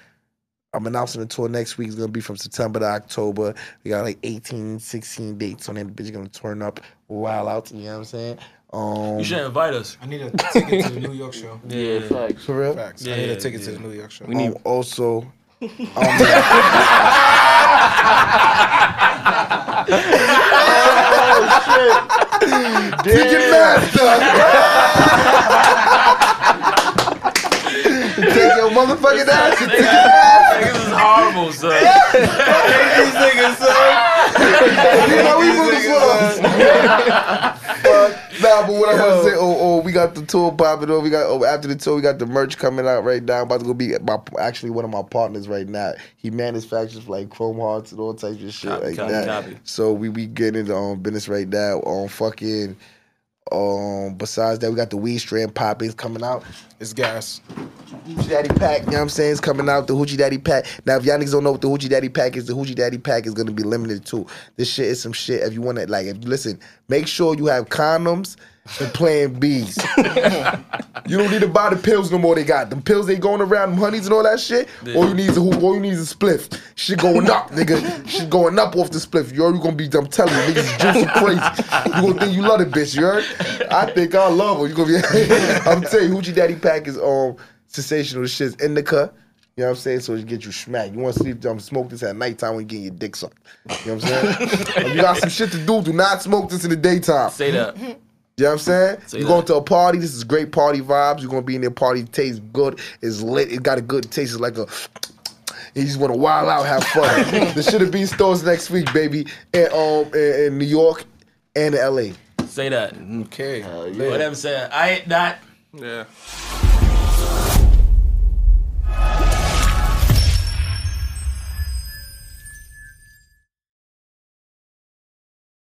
I'm announcing the tour next week. It's gonna be from September to October. We got like 18, 16 dates on it. The bitch gonna turn up wild out. You know what I'm saying? Um,
You should invite us.
I need a ticket to the New York show.
Yeah, facts.
for real?
Facts.
Yeah,
I need
yeah,
a ticket to
yeah.
the New York show.
Um, also, um, Ticket master. Take your motherfucking ass. and ticket-
Niggas is horrible, son.
You know we moving slow. Fuck. Nah, but what I want to say, oh, oh, we got the tour popping off. We got oh, after the tour, we got the merch coming out right now. I'm about to go be my actually one of my partners right now. He manufactures like chrome hearts and all types of shit
Copy,
like
copy,
that.
copy.
So we we getting into um, business right now on fucking. Um. Besides that, we got the Weed Strand Pop is coming out.
It's gas.
Hoochie Daddy Pack, you know what I'm saying? It's coming out, the Hoochie Daddy Pack. Now, if y'all niggas don't know what the Hoochie Daddy Pack is, the Hoochie Daddy Pack is gonna be limited too. This shit is some shit. If you wanna, like, if, listen, make sure you have condoms and plan B's. you don't need to buy the pills no more, they got. Them pills they going around, them honeys and all that shit. All you need is a hoo- all you need is a spliff. Shit going up, nigga. Shit going up off the spliff. You already gonna be, I'm telling you, niggas juicy crazy. You gonna think you love the bitch, you heard? I think I love her. You gonna be, I'm telling you, Hoochie Daddy Pack is, um, sensational shit's indica. You know what I'm saying? So it get you smacked. You want to sleep, um, smoke this at nighttime when you getting your dick sucked. You know what I'm saying? If you got some shit to do, do not smoke this in the daytime.
Say that.
You know what I'm saying?
Say
You're
that.
going to a party. This is great party vibes. You're going to be in there. Party tastes good. It's lit. It got a good taste. It's like a. You just want to wild out, have fun. the shit will be in stores next week, baby. And, um, in, in New York and LA.
Say that.
Okay.
What I'm saying. I ain't not.
Yeah.